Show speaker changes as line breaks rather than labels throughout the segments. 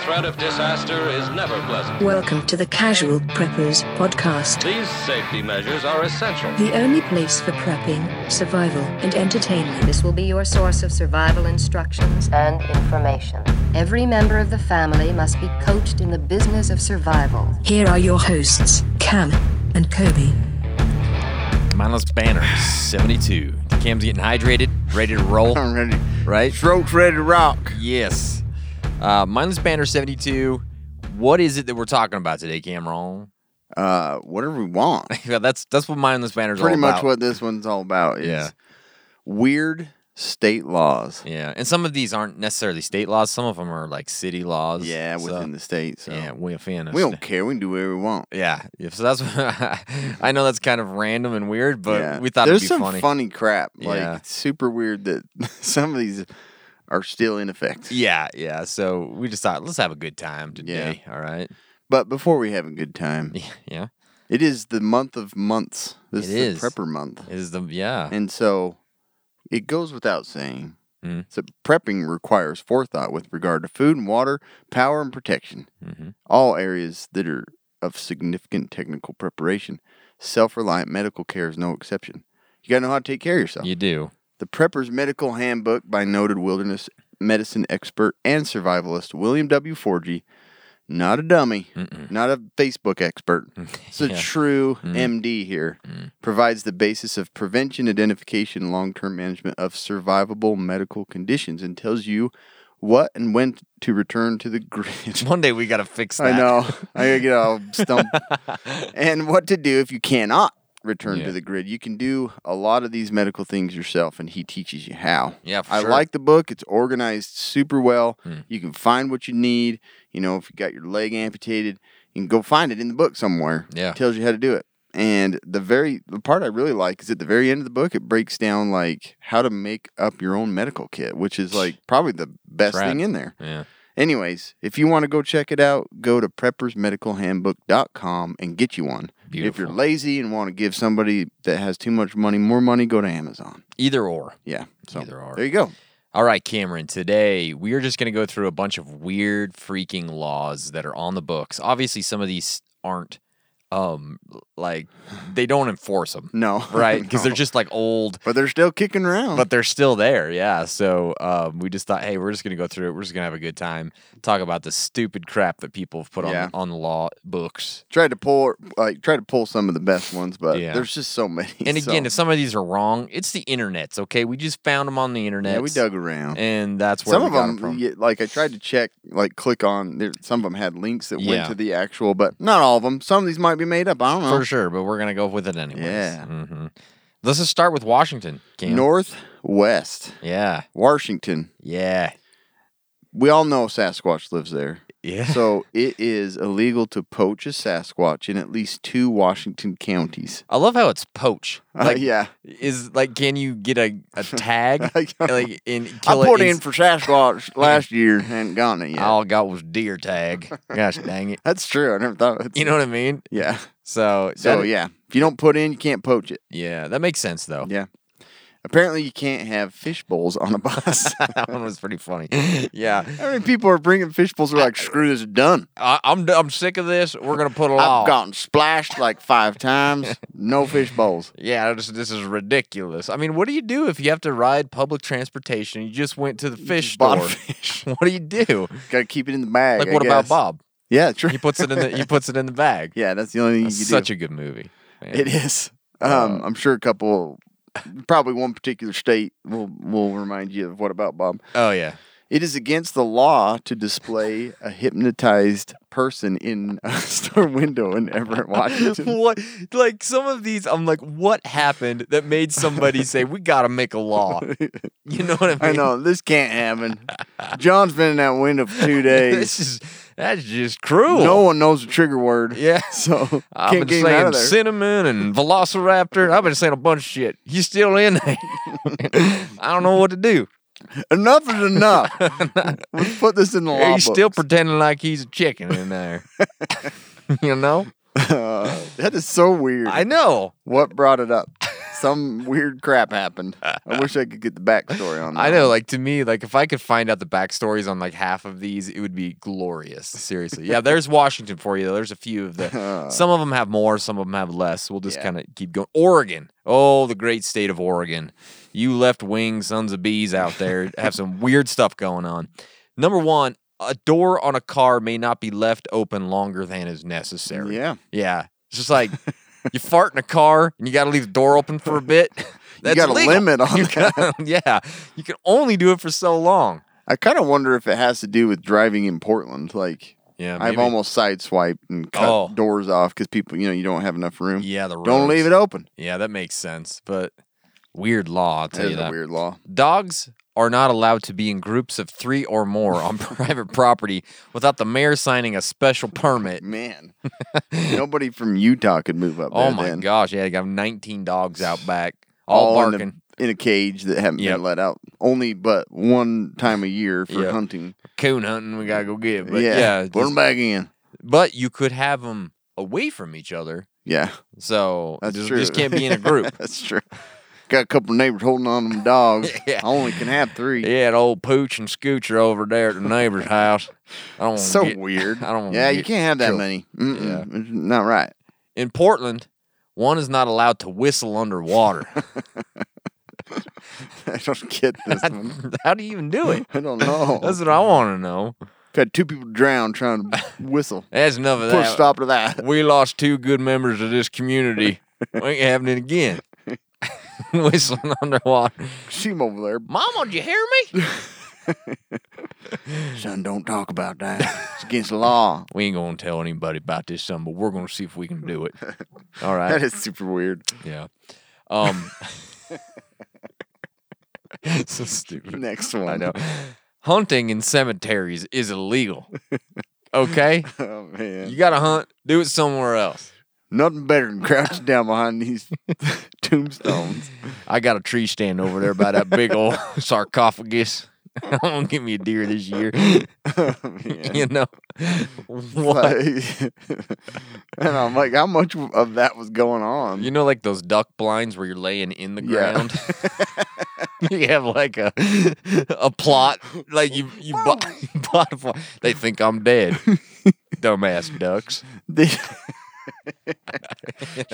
threat of disaster is never pleasant.
Welcome to the Casual Preppers Podcast,
These safety measures are essential.
the only place for prepping, survival, and entertainment.
This will be your source of survival instructions and information. Every member of the family must be coached in the business of survival.
Here are your hosts, Cam and Kobe.
Mindless Banner 72. Cam's getting hydrated, ready to roll,
I'm ready.
right?
Strokes ready to rock.
Yes. Uh, Mindless Banner 72. What is it that we're talking about today, Cameron?
Uh, whatever we want.
Yeah, that's that's what Mindless Banner's
Pretty
all
much
about.
what this one's all about is
Yeah.
weird state laws.
Yeah, and some of these aren't necessarily state laws. Some of them are like city laws.
Yeah, within the state. So
uh, Yeah, we a fan of
we
sta-
don't care. We can do whatever we want.
Yeah, yeah. So that's I know that's kind of random and weird, but
Yeah.
we thought
there's
it'd be
some
funny.
funny crap. Like
Yeah.
it's super weird that some of these are still in effect.
Yeah, yeah. So we just thought let's have a good time today. All right.
But before we have a good time,
Yeah, yeah.
it is the month of months. This
It
is,
is.
the prepper month,
It Is the yeah.
and so it goes without saying.
Mhm.
that prepping requires forethought with regard to food and water, power and protection.
hmm
all areas that are of significant technical preparation. Self reliant medical care is no exception. You got to know how to take care of yourself.
You do.
The Prepper's Medical Handbook by noted wilderness medicine expert and survivalist William W. Forgy. Not a dummy,
Mm-mm.
not a Facebook expert. It's a
Yeah. Mm.
true MD here. Provides the basis of prevention, identification, and long term management of survivable medical conditions and tells you what and when to return to the grid.
One day we gotta fix that.
I know. I gotta get all stumped. and what to do if you cannot return
Yeah.
to the grid. You can do a lot of these medical things yourself, and he teaches you how.
Yeah, for
I
sure. Hmm.
like the book. It's organized super well. You can find what you need. You know, if you got your leg amputated, you can go find it in the book somewhere.
Yeah.
It tells you how to do it. And the very the part I really like is at the very end of the book, it breaks down like how to make up your own medical kit, which is like probably the best
rad.
thing in there.
Yeah.
Anyways, if you want to go check it out, go to preppersmedicalhandbook.com and get you one. If
Beautiful.
you're lazy and want to give somebody that has too much money more money, go to Amazon.
Either or.
Yeah. So
Either or.
there you go.
All right, Cameron, today we are just going to go through a bunch of weird freaking laws that are on the books. Obviously, some of these aren't, um, like, they don't enforce them.
No.
Right? Because they're
No.
just like old,
But they're still kicking around.
but they're still there. Yeah. So um, we just thought, hey, we're just going to go through it. We're just going to have a good time, talk about the stupid crap that people have put on,
Yeah.
on the law books.
tried to pull like tried to pull some of the best ones, but
Yeah.
there's just so many.
And
so-
again, if some of these are wrong, it's the internet's okay. We just found them on the internet.
yeah, we dug around.
and that's where
some
we
of
got 'em
them,
from.
yeah, like I tried to check, like click on. There, some of them had links that
Yeah.
went to the actual, but not all of them. Some of these might be made up. I don't know.
for sure. But we're gonna go with it anyways.
Yeah.
Mhm. Let's just start with Washington. Cam.
Northwest
Yeah.
Washington.
Yeah.
we all know Sasquatch lives there.
Yeah.
So it is illegal to poach a Sasquatch in at least two Washington counties.
I love how it's poach.
Uh,
Like,
yeah.
Is like, can you get a, a tag?
I know.
like, in
I
kill it
put in
ins-
for Sasquatch last year and hadn't gotten it yet.
All I got was deer tag. Gosh dang it.
That's true. I never thought of it.
You know what I mean?
Yeah.
So,
So
that-
yeah, if you don't put in, you can't poach it.
yeah, that makes sense though.
Yeah. Apparently, you can't have fish bowls on a bus.
that one was pretty funny. Yeah.
How many people are bringing fish bowls? Are like, screw this, done.
I, I'm I'm sick of this. We're gonna put a law.
I've gotten splashed like five times. No fish bowls.
Yeah, this, this is ridiculous. I mean, what do you do if you have to ride public transportation? You just went to the fish
just bought a
store. what do you do?
Got to keep it in the bag.
Like,
I
what about
guess.
Bob?
Yeah, true.
He puts it in the he puts it in the bag.
Yeah, that's the only thing
That's
you can
such
do.
a good Uh, movie. man.
it is. Um, I'm sure a couple, probably one particular state will will remind you of what about Bob.
Oh yeah,
It is against the law to display a hypnotized person in a store window in Everett, Washington.
what like some of these? I'm like, what happened that made somebody say we got to make a law? You know what I mean?
I know this can't happen. John's been in that window for two
This
days.
is that's just cruel.
No one knows the trigger word.
Yeah.
so
I've
can't
been
get him out
saying
of there.
cinnamon and velociraptor. I've been saying a bunch of shit. You still in there? I don't know what to do.
Enough is enough. Let's put this in the law.
he's still
books.
pretending like he's a chicken in there. you know?
Uh, that is so weird.
I know.
What brought it up? some weird crap happened. I wish I could get the backstory on that.
I know, like to me, like if I could find out the backstories on like half of these, it would be glorious. Seriously, yeah. There's Washington for you. There's a few of the. Some of them have more. Some of them have less. We'll just
Yeah.
kind of keep going. Oregon, oh, the great state of Oregon. You left wing sons of bees out there have some weird stuff going on. Number one, a door on a car may not be left open longer than is necessary.
Yeah.
yeah. It's just like you fart in a car and you got to leave the door open for a bit. That's
got a
illegal.
limit on
You
that.
gotta- yeah, you can only do it for so long.
I kind of wonder if it has to do with driving in Portland. Like,
Yeah,
I've
maybe.
almost sideswiped and cut
Oh.
doors off because people, you know, you don't have enough room.
Yeah, the
Don't
roads.
leave it open.
Yeah, that makes sense, but weird law. I'll tell
That
you
is
that.
a weird law.
Dogs are not allowed to be in groups of three or more on private property without the mayor signing a special permit.
Man, nobody from Utah could move up there.
Oh my
then.
gosh! Yeah, they got 19 dogs out back, all,
in a-
barking.
In a, cage that haven't
Yep.
been let out only but one time a year for
Yep.
hunting.
Coon hunting, we gotta go get. But
yeah.
yeah,
Put them
just-
back in.
but you could have them away from each other,
Yeah.
so
That's
just,
true.
just can't be in a group.
That's true. Got a couple neighbors holding on to them dogs.
Yeah.
I only can have three.
Yeah, that old Pooch and Scooch are over there at the neighbor's house. I don't wanna
So
get-
weird.
I don't. wanna
Yeah, you
get
can't have that
killed.
many. Mm-mm. It's not right.
In Portland, one is not allowed to whistle underwater.
I don't get this one.
How do you even do it?
I don't know.
That's what I want to know.
Had two people drown trying to whistle.
That's enough of
Put
that.
a stop to that.
We lost two good members of this community. we ain't having it again. Whistling underwater.
See him over there.
Mama, did you hear me?
Son, don't talk about that. It's against the law.
We ain't gonna tell anybody about this son, but we're gonna see if we can do it. All right.
That is super weird.
Yeah. Um so stupid.
Next one.
I know. Hunting in cemeteries is illegal. Okay?
Oh man.
You gotta hunt, do it somewhere else.
Nothing better than crouching down behind these tombstones.
I got a tree stand over there by that big old sarcophagus. I'm gonna give me a deer this year.
Oh, man.
You know? What?
Like- and I'm like, how much of that was going on?
You know, like those duck blinds where you're laying in the
Yeah.
ground. you have like a a plot, like you you bought, you bought a plot. They think I'm dead, dumbass ducks.
The-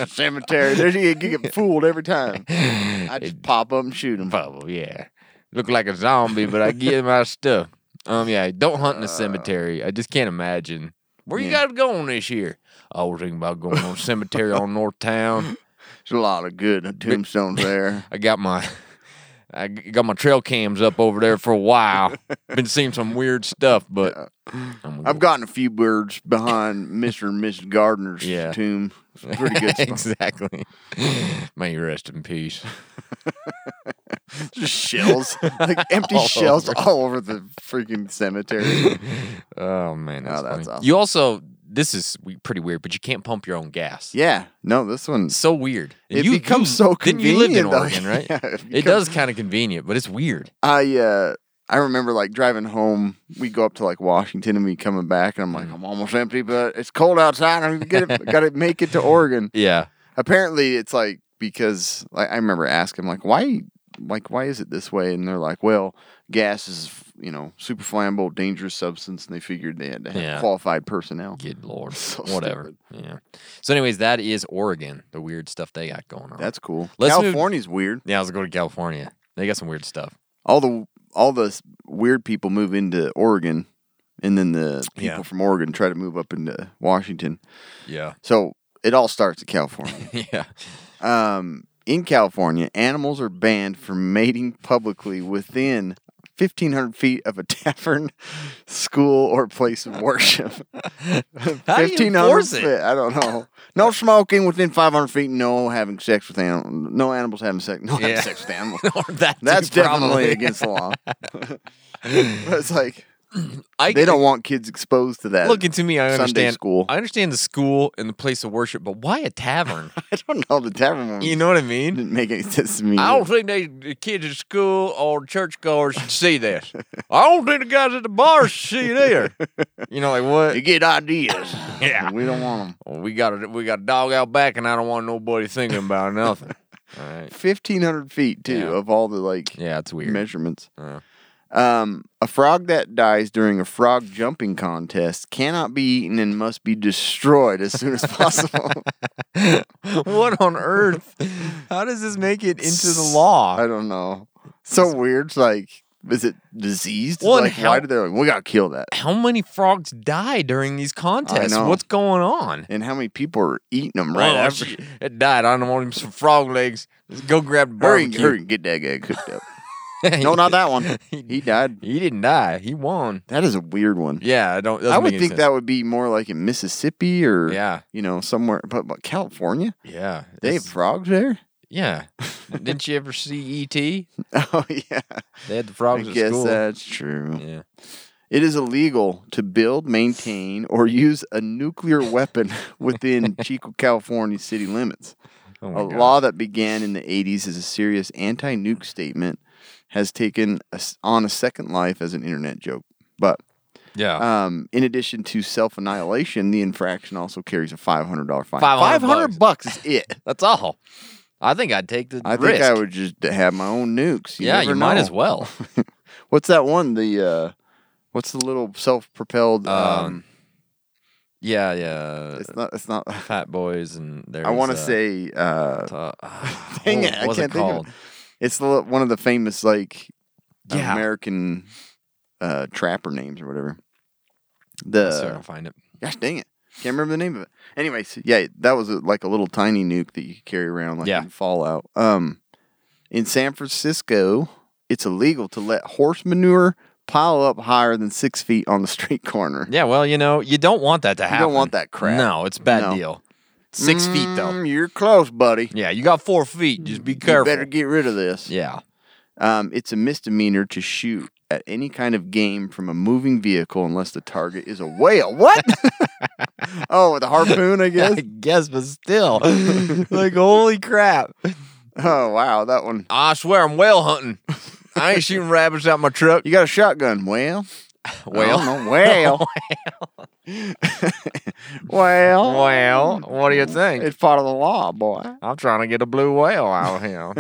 cemetery. There's you get fooled every time. I just pop up and shoot them.
Bubble, yeah, look like a zombie, but I get my stuff. Um, yeah, don't hunt in a cemetery. I just can't imagine where you
Yeah.
guys going this year. I was thinking about going on a cemetery on North Town.
There's a lot of good tombstones there.
I got my I g- got my trail cams up over there for a while. Been seeing some weird stuff, but I'm
I've gotten a few birds behind Mr. and Mrs. Gardner's
Yeah.
tomb. It's a pretty good spot.
exactly. May you rest in peace.
Just shells, like empty
All
shells all over the freaking cemetery.
Oh man, that's,
Oh, that's
funny.
awesome.
You also this is we- pretty weird, but you can't pump your own gas.
Yeah, no, this one's
So weird. And
It
you,
becomes
you-
so
didn't You lived in
convenient, though.
Oregon, right?
Yeah, it
it
becomes-
does kind of convenient, but it's weird.
I uh I remember like driving home. We go up to like Washington and we coming back, and I'm
Mm.
like, I'm almost empty, but it's cold outside. I'm gonna get it, gotta make it to Oregon.
Yeah.
Apparently, it's like because like I remember asking like why like why is it this way, and they're like, well, gas is you know super flammable, dangerous substance, and they figured they had to have
Yeah.
qualified personnel.
Good lord.
So
Whatever. Yeah. So, anyways, that is Oregon. The weird stuff they got going on.
That's cool.
Let's move-
California's weird.
yeah. Let's go to California. They got some weird stuff.
All the all the s- weird people move into Oregon, and then the people
Yeah.
from Oregon try to move up into Washington.
Yeah.
So it all starts in California.
yeah.
um, in California, animals are banned from mating publicly within 1,500 feet of a tavern, school, or place of worship.
How do you enforce
feet,
it?
I don't know. No smoking within 500 feet. No having sex with animals. No animals having sex. No having
Yeah.
sex with animals.
Or that too,
That's definitely
probably.
against the law. but it's like
I,
they don't want kids exposed to that.
Look, and to me, I
Sunday
understand
school.
I understand the school and the place of worship, but why a tavern?
I don't know Oh, the tavern. one
you know what I mean?
didn't make any sense to me.
I
either.
don't think they, the kids at school or churchgoers should see this. I don't think the guys at the bar should see it either. You know, like
You
what?
get ideas.
Yeah.
We don't want them.
Well, we got a we got a dog out back, and I don't want nobody thinking about nothing. All right.
Fifteen hundred feet too
Yeah.
of all the like
Yeah, it's weird.
measurements.
Yeah.
Um, a frog that dies during a frog jumping contest cannot be eaten and must be destroyed as soon as possible.
what on earth? How does this make it into the law?
I don't know. So weird. It's like, is it diseased?
Well, and
like,
how-
why do they like, we gotta kill that?
How many frogs die during these contests?
know.
What's going on?
And how many people are eating them right
Oh,
after?
shit. it died. I don't want him some frog legs. Let's go grab the
Hurry,
barbecue.
hurry, get that guy cooked up. no, not that one. He died.
He didn't die. He won.
That is a weird one.
Yeah, I don't.
I would think that would be more like in Mississippi or
Yeah.
you know, somewhere. But, but California,
Yeah,
they have
it's-
frogs there.
yeah. didn't you ever see ET? They
Oh yeah,
had the
I
frogs at
guess uh,
school.
that's true.
Yeah.
It is illegal to build, maintain, or use a nuclear weapon within Chico, California city limits.
Oh my
a
God.
law that began in the 80s as a serious anti nuke statement has taken a s on a second life as an internet joke. But
Yeah.
um, in addition to self annihilation, the infraction also carries a $500 fine.
500
bucks is it.
That's all. I think I'd take the
I
risk.
think I would just have my own nukes. You
yeah,
never
you might
know.
as well.
What's that one? The uh, what's the little self propelled?
Um,
Um,
yeah, yeah.
it's not. It's not.
Fat Boys and there.
I
was,
want to
uh,
say uh,
Ta- oh,
Dang
what
it, I
was
can't think of it. it's the, li- one of the famous like
Yeah.
American uh, trapper names or whatever.
Let's see if I
The
can find it.
gosh dang it, can't remember the name of it. Anyways, yeah, that was a, like a little tiny nuke that you could carry around like
Yeah.
in Fallout. Um, in San Francisco, it's illegal to let horse manure pile up higher than six feet on the street corner.
Yeah, well, you know, you don't want that to
don't
happen.
want that crap.
No, it's a bad
No.
deal. Six feet though.
Mm, you're close, buddy.
Yeah, you got four feet. Just be
You
careful.
better get rid of this.
yeah.
Um, it's a misdemeanor to shoot at any kind of game from a moving vehicle unless the target is a whale. What? oh, with a harpoon, I guess.
I guess, but still, like, holy crap!
Oh wow, that one.
I swear, I'm whale hunting. I ain't shooting rabbits out my truck.
You got a shotgun? Well, I
Well,
don't know. well, well,
well, what do you think?
It's part of the law, boy.
I'm trying to get a blue whale out here.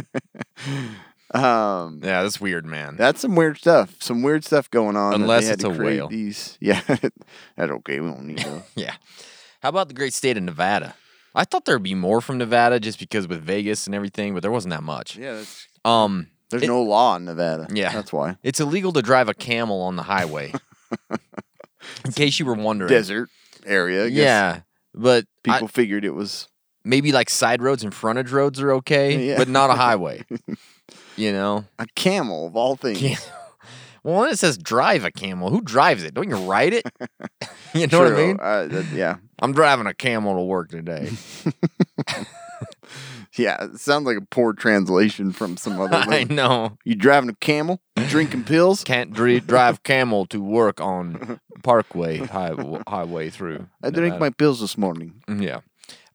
Um,
yeah, that's weird, man.
that's some weird stuff. Some weird stuff going on. that they
Unless
had
it's
to
a
create
whale.
These, yeah, that's okay. We don't need those.
Yeah. How about the great state of Nevada? I thought there'd be more from Nevada just because with Vegas and everything, but there wasn't that much.
yeah, that's,
Um,
there's
It-
no law in Nevada.
Yeah.
that's why
it's illegal to drive a camel on the highway. in case you were wondering.
desert area. I guess.
Yeah. But I-
people figured it was
maybe like side roads and frontage roads are okay,
Yeah.
but not a highway. you know?
a camel of all things.
Cam- well, when it says drive a camel, who drives it? Don't you ride it? you know what I
True.
mean?
Uh, that- yeah,
I'm driving a camel to work today.
yeah. It sounds like a poor translation from some other.
I
language.
know.
You driving a camel? You drinking pills?
Can't dri- drive camel to work on Parkway high- Highway through.
I drank my
Nevada.
pills this morning.
Mm, Yeah.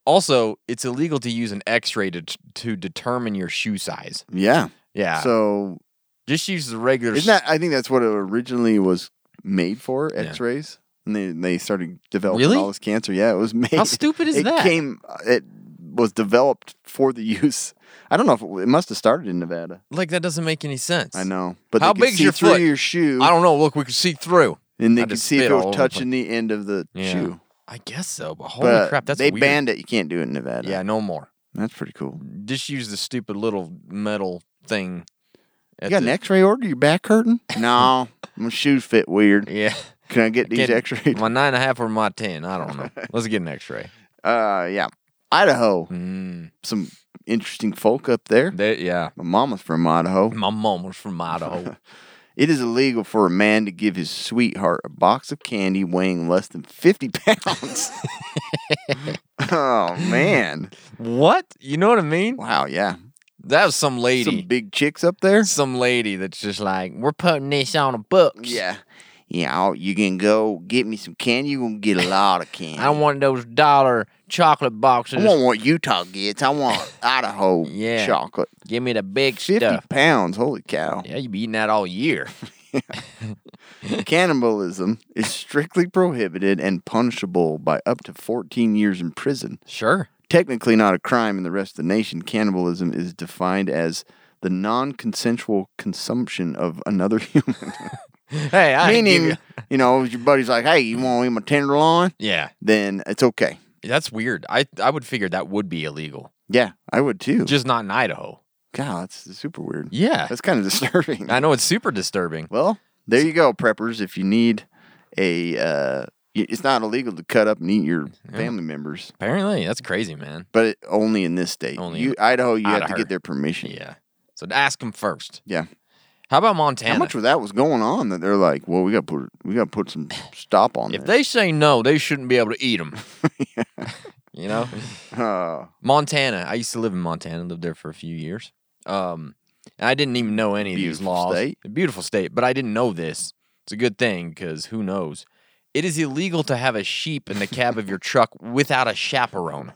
Also, it's illegal to use an X-ray to to determine your shoe size.
Yeah.
Yeah.
So
just use the regular.
isn't that? I think that's what it originally was made for.
Yeah.
X-rays, and they they started developing
Really?
all this cancer. Yeah, it was made.
How stupid is
it
that?
Came. uh, It was developed for the use. I don't know if it, it must have started in Nevada.
like that doesn't make any sense.
I know, but
How
they could
big's
see
your
through
foot?
your shoe.
I don't know. Look, we can see through.
And
I
they could
just
see if
spit
it
all
was
over the
touching the end of the
Yeah.
shoe.
I guess so. But holy
But
crap, that's
they
weird.
banned it. You can't do it in Nevada.
Yeah, no more.
that's pretty cool. You
Just use the stupid little metal thing. at
got an
the-
X-ray order? Your back hurting? no, my shoes fit weird.
Yeah.
Can I get these
Get
X-rays?
My nine and a half or my ten? I don't know. Let's get an X-ray.
Uh, yeah, Idaho.
Mm,
Some interesting folk up there.
that, yeah.
My mama's from Idaho.
My mom was from Idaho.
It is illegal for a man to give his sweetheart a box of candy weighing less than fifty pounds. oh man!
what? You know what I mean?
Wow, yeah.
That was some lady.
Some big chicks up there.
some lady that's just like, we're putting this on a book.
Yeah. Yeah, I'll- you can go get me some candy. You're going to get a lot of candy.
I want those dollar chocolate boxes.
I want what Utah gets. I want Idaho
Yeah.
chocolate.
Give me the big
50
stuff.
pounds. Holy cow.
Yeah, you be eating that all year.
Cannibalism is strictly prohibited and punishable by up to 14 years in prison.
Sure.
technically not a crime in the rest of the nation, cannibalism is defined as the non consensual consumption of another human.
Hey, I ain't give
Meaning,
you-
you know, if your buddy's like, hey, you want to eat my tenderloin?
yeah,
Then it's okay.
that's weird. I I would figure that would be illegal,
Yeah, I would too.
just not in Idaho.
God, that's super weird.
Yeah,
That's kind of disturbing.
I know it's super disturbing.
Well, there you go, preppers. If you need a, uh, y- it's not illegal to cut up and eat your family members,
Apparently, that's crazy, man.
but it, only in this state.
Only
you,
in
Idaho, you have to
Idaho.
get their permission.
Yeah, so ask him first.
Yeah.
How about Montana?
How much of that was going on that they're like, well, we got to put we got to put some stop on
if
this.
they say no, they shouldn't be able to eat them. you know,
Uh,
Montana. I used to live in Montana. Lived there for a few years. Um, and I didn't even know any of these
Beautiful
laws.
state.
A beautiful state, but I didn't know this. It's a good thing because who knows? It is illegal to have a sheep in the cab of your truck without a chaperone.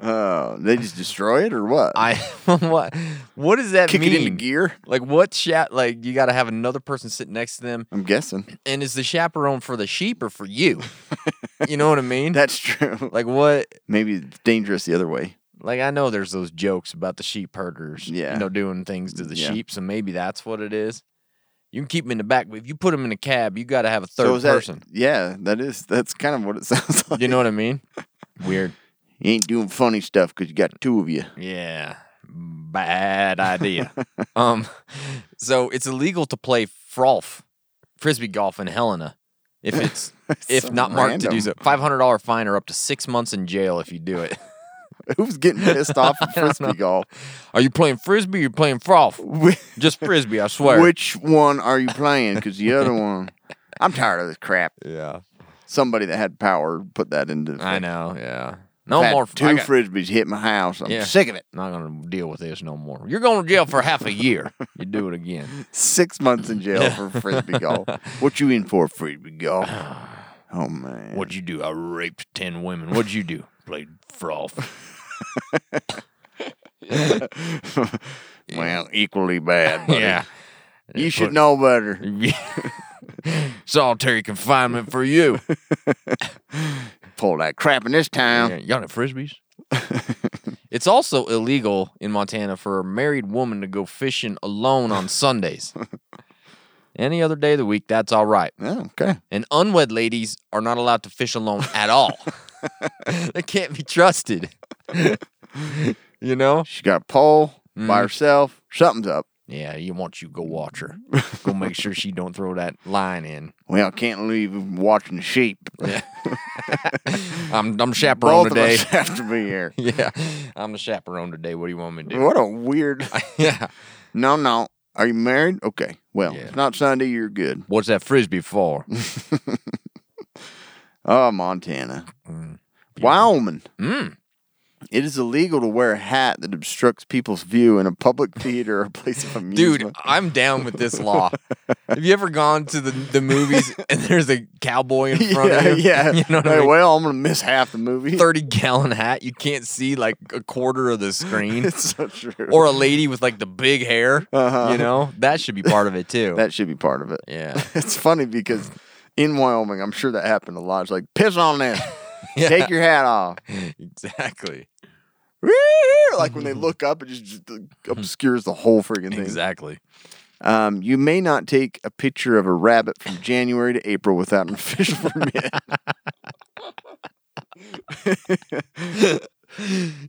uh, they just destroy it or what?
I what? What does that
Kick
mean?
it into gear.
Like what? Chat? Like you got to have another person sitting next to them.
I'm guessing
And is the chaperone for the sheep or for you? you know what I mean?
that's true.
like what?
Maybe it's dangerous the other way.
Like I know there's those jokes about the sheep herders,
Yeah.
you know, doing things to the
Yeah.
sheep. So maybe that's what it is. You can keep them in the back, but if you put them in a cab, you got to have a third
so is that,
person.
Yeah, that is. That's kind of what it sounds like.
You know what I mean? Weird.
you ain't doing funny stuff because you got two of you.
Yeah, bad idea. um, so it's illegal to play frolf, frisbee golf in Helena, if it's if
So
not marked to do
random.
so. Five hundred dollar fine or up to six months in jail if you do it.
Who's getting pissed off at frisbee golf?
Are you playing frisbee? Or you playing frolf? Just frisbee, I swear.
Which one are you playing? Because the other one, I'm tired of this crap.
yeah.
Somebody that had power put that into.
I
effect.
know, yeah.
I've
No
had
more
Two
I got-
frisbees hit my house. I'm
Yeah.
sick of it.
Not gonna deal with this no more. You're going to jail for half a year. You do it again.
Six months in jail for frisbee golf. What you in for, frisbee golf? Oh man.
What'd you do? I raped ten women. What'd you do? Played froth.
well, equally bad. Buddy.
Yeah.
You should know better.
Solitary confinement for you.
Pull that crap in this town.
Yeah, Y'all have frisbees? it's also illegal in Montana for a married woman to go fishing alone on Sundays. Any other day of the week, that's all right.
Oh, okay.
And unwed ladies are not allowed to fish alone at all. they can't be trusted. you know?
She got a pole
Mm-hmm.
by herself. Something's up.
Yeah, you want you go watch her. Go make sure she don't throw that line in.
Well, can't leave him watching the sheep.
I'm I'm chaperone
Both
today.
of us have to be here.
yeah. I'm the chaperone today. What do you want me to do?
What a weird.
yeah.
No, no. Are you married? Okay. Well,
Yeah.
it's not Sunday. You're good.
What's that frisbee for?
Oh, Montana. Wyoming.
Mm.
It is illegal to wear a hat that obstructs people's view in a public theater or place of
Dude,
amusement.
I'm down with this law. Have you ever gone to the, the movies and there's a cowboy in front
yeah,
of you?
yeah.
You know what I
Like,
mean?
Well, I'm gonna miss half the movie.
30 gallon hat. You can't see like a quarter of the screen.
It's so true.
or a lady with like the big hair.
Uh-huh.
You know, that should be part of it too.
that should be part of it.
yeah.
It's funny because in Wyoming, I'm sure that happened a lot. It's like piss on this.
Yeah.
Take your hat off.
Exactly.
like when they
Mm-hmm.
look up, it just, just obscures the whole freaking thing.
Exactly.
Um, you may not take a picture of a rabbit from January to April without an official permit.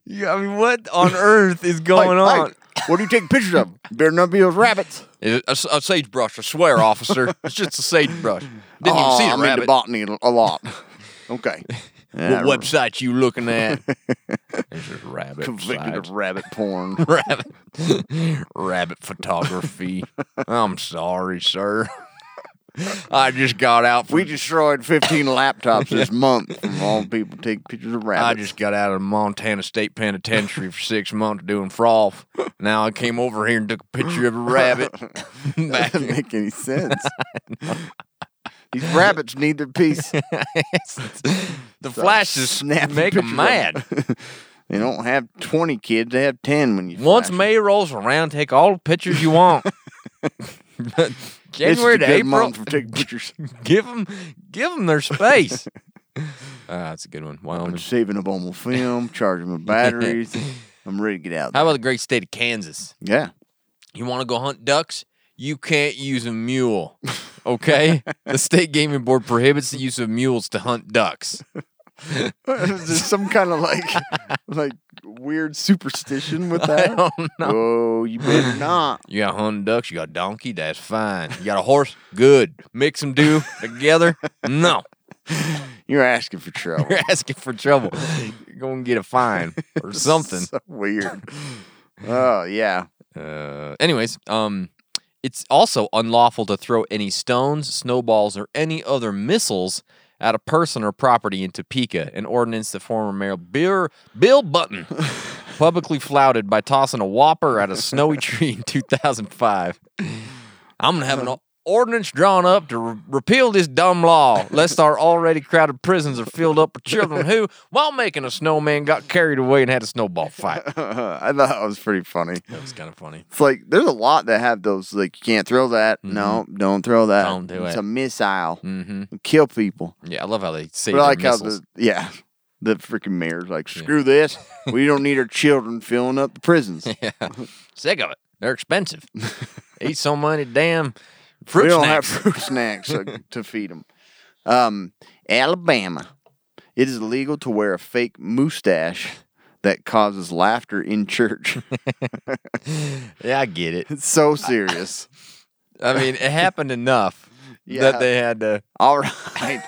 Yeah, I mean, what on earth is going
Like,
on?
like, what do you take pictures of? Better not be those rabbits.
It- A, s- a sagebrush, I swear, officer. It's just a sagebrush. Didn't
oh,
even see a
I'm into
rabbit.
botany a a lot. Okay. Yeah,
what website you looking at? There's a rabbit.
Convicted
site.
of rabbit porn.
rabbit rabbit photography. I'm sorry, sir. I just got out. From,
We destroyed 15 laptops this month from all people take pictures of
I
rabbits.
just got out of Montana State Penitentiary for six months doing froth. Now I came over here and took a picture of a rabbit. Back
doesn't make any sense. These rabbits need their peace.
the flashes
snap a
make
picture of
them mad.
They don't have 20 kids; they have 10 when you.
Once
flash 'em.
May rolls around, take all the pictures you want. But
This is
January
a
to
good
April,
month for taking pictures.
give them, give them their space. Ah, that's a good one.
I'm
Wyoming.
saving up on my film, charging my batteries. I'm ready to get out.
How about the great state of Kansas?
yeah.
You want to go hunt ducks? You can't use a mule. Okay? the state gaming board prohibits the use of mules to hunt ducks.
There's some kind of like like weird superstition with
I
that.
don't know.
Oh, you better not.
You got hunting ducks, you got donkey, that's fine. You got a horse, good. Mix them do together. No.
You're asking for trouble.
You're asking for trouble. You're going to get a fine or something.
So weird. Oh yeah.
Uh, anyways, um, it's also unlawful to throw any stones, snowballs, or any other missiles at a person or property in Topeka, an ordinance that former Mayor Bill, Bill Button publicly flouted by tossing a whopper at a snowy tree in 2005. I'm going to have an ordinance drawn up to re- repeal this dumb law, lest our already crowded prisons are filled up with children who, while making a snowman, got carried away and had a snowball fight.
I thought that was pretty funny.
That was kind of funny.
It's like there's a lot that have those like you can't throw that. No, don't throw that.
Mm-hmm. Don't do
it's
it.
a missile.
Mm-hmm.
Kill people.
Yeah, I love how they say
But I like
missiles.
how the yeah. The freaking mayor's like, screw this. We don't need our children filling up the prisons.
Sick of it. They're expensive. Eat so many damn
we
fruit
don't
snacks.
have fruit snacks uh, to feed them. Um, Alabama, it is illegal to wear a fake mustache that causes laughter in church.
yeah, I get it.
it's so serious.
I mean, it happened enough
Yeah.
that they had to.
All right,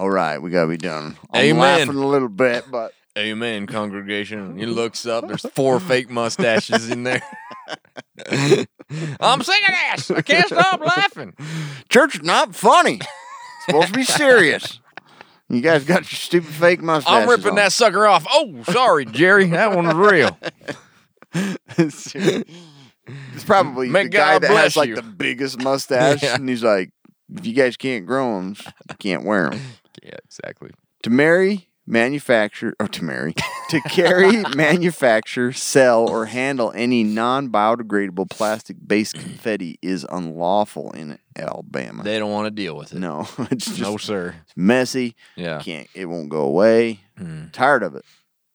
all right, we gotta be done. I'm
Amen.
laughing a little bit, but
Amen, congregation. He looks up. There's four fake mustaches in there. I'm sick of this. I can't stop laughing.
church is not funny. It's supposed to be serious. You guys got your stupid fake mustache.
I'm ripping that sucker off. Oh, sorry, Jerry. That one was real.
it's probably
May
the guy
God
that
bless
has like
you.
the biggest mustache,
Yeah.
and he's like, "If you guys can't grow them, you can't wear them."
Yeah, exactly.
To marry, manufacture, or to marry, to carry, manufacture, sell, or handle any non-biodegradable plastic-based confetti is unlawful in Alabama.
They don't want to deal with it.
no, it's just
no sir.
it's messy.
Yeah.
Can't it won't go away.
Hmm.
Tired of it.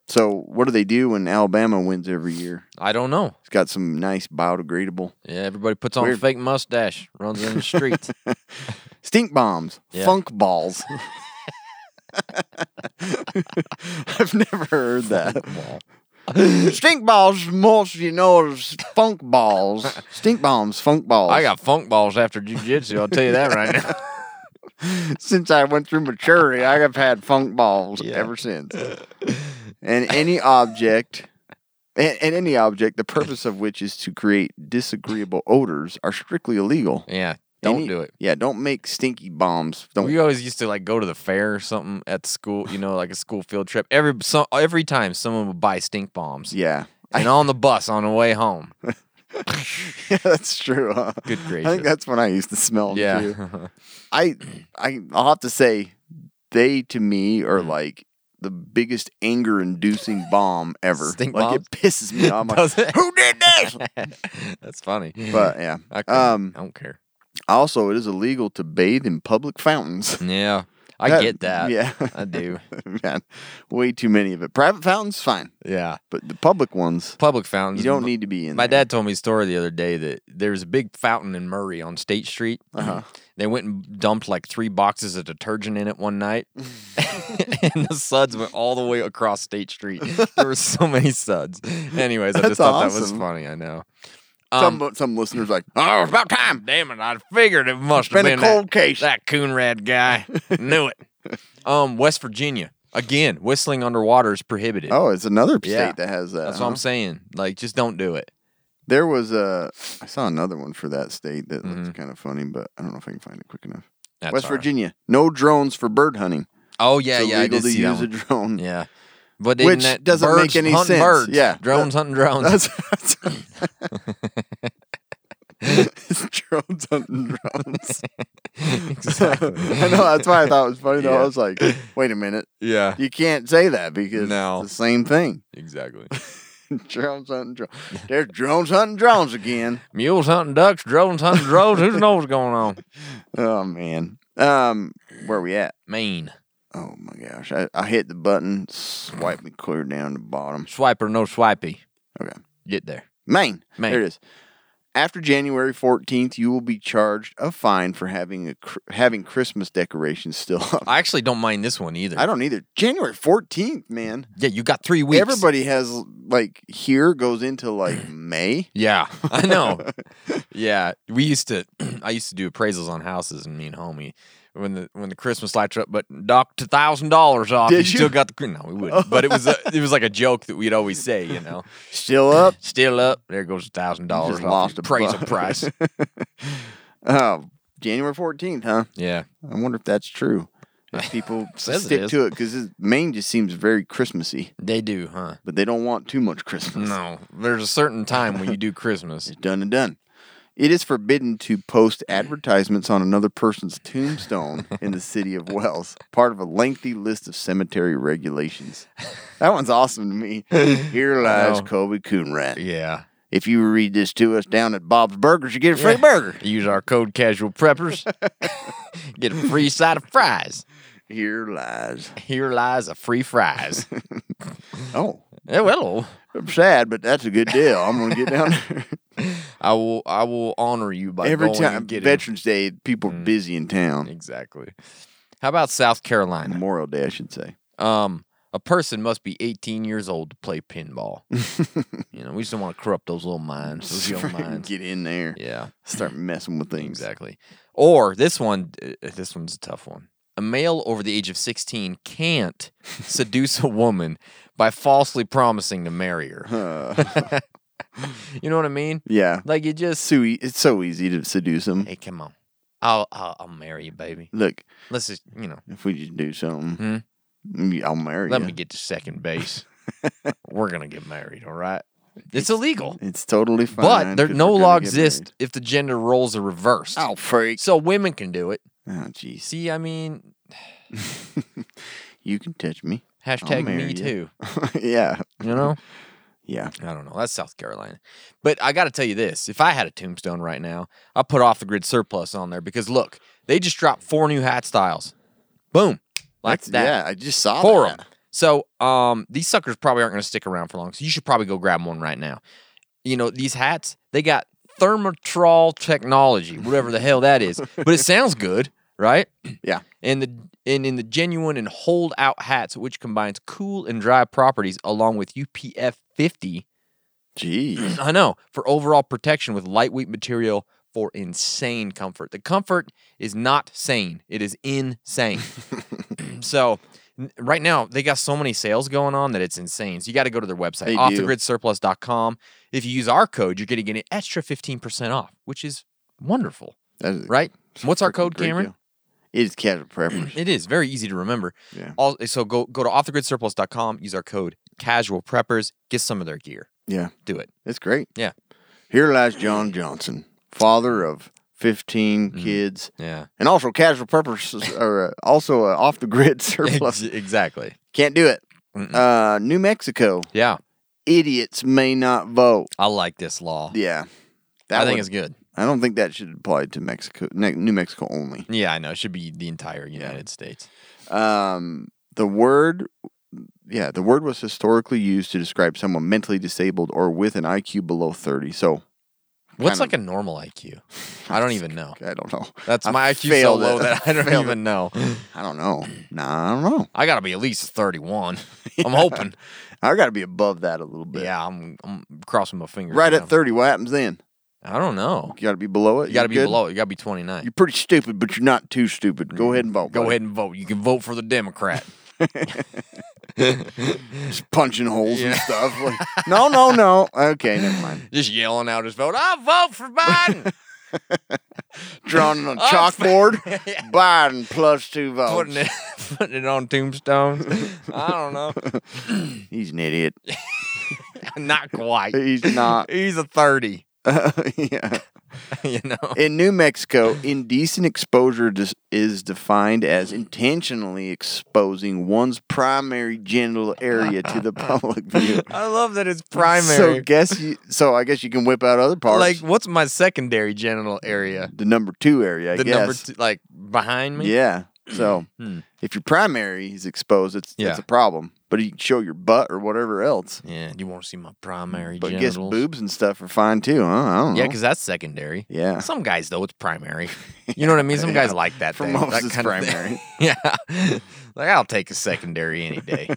So what do they do when Alabama wins every year?
I don't know.
It's got some nice biodegradable
Yeah, everybody puts on a
Weird.
fake mustache, runs in the street.
Stink bombs,
Yeah.
funk balls. I've never heard that. Stink balls, most you know, is funk balls. Stink bombs, funk balls.
I got funk balls after jujitsu. I'll tell you that right now.
since I went through maturity, I have had funk balls
Yeah.
ever since. And any object, and, and any object, the purpose of which is to create disagreeable odors, are strictly illegal.
Yeah, don't
Any-
do it.
Yeah, don't make stinky bombs. Don't
We always used to like go to the fair or something at the school, you know, like a school field trip. Every so, every time someone would buy stink bombs,
Yeah.
and on the bus on the way home.
yeah, that's true. Huh?
Good
I
gracious.
think that's when I used to smell them too.
Yeah,
I, I, I'll have to say, they to me are
Mm.
like the biggest anger-inducing bomb ever.
Stink
like
bombs?
it pisses me off. I'm like,
Does it?
Who did this?
that's funny.
But yeah.
I, couldn't-
Um.
I don't care.
Also, it is illegal to bathe in public fountains.
Yeah, I
that-
get that.
yeah.
I do.
Man, way too many of it. Private fountains, fine,
Yeah,
but the public ones,
public fountains.
you don't need to be in.
My
there.
dad told me a story the other day that there was a big fountain in Murray on State Street.
Uh-huh.
They went and dumped like three boxes of detergent in it one night, and the suds went all the way across State Street. There were so many suds. Anyways, I
That's
just thought that was
awesome.
funny. I know.
some some listeners like,
Um, Oh, it's about time! Damn it! I figured it must have
been a
been that-
cold case.
That Coonrad guy knew it. Um, West Virginia again. Whistling underwater is prohibited.
oh, uh-huh. it's another state
Yeah.
that has that.
That's what
huh?
I'm saying. Like, just don't do it.
There was a I saw another one for that state that
Mm-hmm.
looked kind of funny, but I don't know if I can find it quick enough.
That's
West
all right.
Virginia, no drones for bird hunting.
Oh yeah,
it's
yeah. I
illegal
did
to
see that
use
one.
a drone.
Yeah. But
Which
isn't that
doesn't
birds
make any
hunting
sense.
Birds.
Yeah.
Drones hunting drones.
That's, that's- it's drones hunting drones. I know that's why I thought it was funny though. I
Yeah.
was like, wait a minute,
yeah.
you can't say that because
No.
it's the same thing.
Exactly.
drones hunting drones. There's drones hunting drones again.
Mules hunting ducks, drones hunting drones. Who knows what's going on?
Oh man. Um, where are we at?
Maine.
Oh my gosh. I, I hit the button, swipe me clear down to bottom.
Swipe or no swipey.
Okay.
Get there.
Maine.
Maine.
There it is. After January 14th, you will be charged a fine for having a cr- having Christmas decorations still up. I,
I actually don't mind this one either.
don't either. January 14th, man.
yeah, you got three weeks.
Everybody has like here goes into like May.
Yeah, I know. yeah, we used to. I used to do appraisals on houses, and me and homie, when the when the Christmas lights are up, but docked a thousand dollars off.
Did you?
still got the? cr- No, we wouldn't. but it was a, it was like a joke that we'd always say. You know,
Still up.
still up. There goes a thousand dollars
Just
off
lost
your
a
appraisal
buck.
price.
Oh, January 14th, huh?
Yeah,
I wonder if that's true. If people
Says it
stick
is.
to it because Maine just seems very Christmassy,
they do, huh?
but they don't want too much Christmas.
No, there's a certain time when you do Christmas.
It's done and done. It is forbidden to post advertisements on another person's tombstone in the city of Wells, part of a lengthy list of cemetery regulations. That one's awesome to me. Here lies
know.
Kobe Coonrat.
Yeah.
If you read this to us down at Bob's Burgers, you get a free
Yeah.
burger.
Use our code Casual Preppers. Get a free side of fries.
Here lies.
Here lies a free fries.
Oh,
Eh, well,
I'm sad, but that's a good deal. I'm going to get down there.
I will I will honor you by
Every
going
time
and getting Mm.
Veterans Day, people are busy in town.
exactly. How about South Carolina?
Memorial Day, I should say.
Um, a person must be 18 years old to play pinball. you know, we just don't want to corrupt those little minds, those young minds.
Get in there.
Yeah,
Start messing with things.
exactly. Or this one, uh, this one's a tough one. A male over the age of 16 can't seduce a woman by falsely promising to marry her.
Uh,
you know what I mean?
Yeah.
Like you just,
So e- it's so easy to seduce them.
hey, come on, I'll I'll, I'll marry you, baby.
Look,
Let's just, you know.
if we just do something, mm, I'll marry
Hmm? Let
you.
me get to second base. We're gonna get married, all right? It's illegal,
it's totally fine.
but there
'cause
no
we're
law
gonna get
exists if the gender roles are reversed.
married. Oh, freak.
So women can do it.
Oh, jeez.
See, I mean,
You can touch me. I'll
hashtag me
marry you.
too.
yeah.
You know,
Yeah.
I don't know. That's South Carolina, but I got to tell you this: if I had a tombstone right now, I put off the grid surplus on there because look, they just dropped four new hat styles. Boom, like
That's-
that.
Yeah, I just saw
for
that.
them. So um, these suckers probably aren't going to stick around for long. So you should probably go grab one right now. You know these hats, they got thermotrol technology, whatever the hell that is, but it sounds good, right?
Yeah.
And the and in the genuine and hold out hats, which combines cool and dry properties along with UPF 50.
Jeez.
I know for overall protection with lightweight material for insane comfort. The comfort is not sane; it is insane. so n- right now they got so many sales going on that it's insane. So you got to go to their website,
They do.
offthegridsurplus.com. If you use our code, you're going to get an extra 15% off, which is wonderful,
That is a
right? What's our
freaking
code,
great
Cameron?
deal. It is casual preference.
It is very easy to remember.
Yeah.
Al- so go go to offthegridsurplus.com, use our code casual preppers, get some of their gear.
yeah.
Do it.
That's great.
Yeah.
Here lies John Johnson, father of 15
Mm-hmm.
kids,
Yeah.
and also casual purposes, or uh, also uh, off the grid surplus.
Ex- exactly.
Can't do it.
Mm-mm.
Uh, New Mexico,
Yeah.
idiots may not vote.
I like this law.
Yeah,
Oh. I think
would-
it's good.
I don't think that should apply to Mexico, ne- New Mexico only.
Yeah, I know. It should be the entire United States.
Um, the word, yeah, the word was historically used to describe someone mentally disabled or with an IQ below thirty. So
What's
Kind
like a normal IQ? I don't even know.
I don't know.
Oh. That's
I
my IQ so
failed
low
it.
that I don't
failed
even
it.
know.
I don't know. Nah, I don't know.
I gotta be at least thirty-one. I'm hoping.
I got to be above that a little bit.
Yeah, I'm, I'm crossing my fingers.
Right
now.
at 30, what happens then?
I don't know.
You got to be below it?
You gotta be
You're good?
below. it. You gotta be twenty-nine.
You're pretty stupid, but you're not too stupid. Go ahead and vote.
Go
buddy.
ahead and vote. You can vote for the Democrat.
Just punching holes and stuff. Like, no, no, no. Okay, never mind.
Just yelling out his vote. I'll vote
Oh,
for Biden.
Drawn on a
Oh,
chalkboard. Biden plus two votes.
putting it, putting it on tombstones. I don't know.
He's an idiot.
Not quite.
He's not.
He's a thirty.
yeah.
you know.
In New Mexico, indecent exposure dis- is defined as intentionally exposing one's primary genital area to the public view.
I love that it's
So
primary.
guess you. So I guess you can whip out other parts.
like, what's my secondary genital area?
the number two area. I
the
guess.
number, two, like behind me. Hmm.
Yeah. So if your primary is exposed, it's
Yeah.
that's a problem. But you can show your butt or whatever else.
Yeah, you want to see my primary
But I guess
genitals?
boobs and stuff are fine too. Huh? I don't know.
Yeah, because that's secondary.
Yeah.
Some guys though, it's primary. You know what I mean? Some guys
Yeah.
like that.
For
thing,
most,
that
it's
kind of thing.
primary.
yeah. Like I'll take a secondary any day.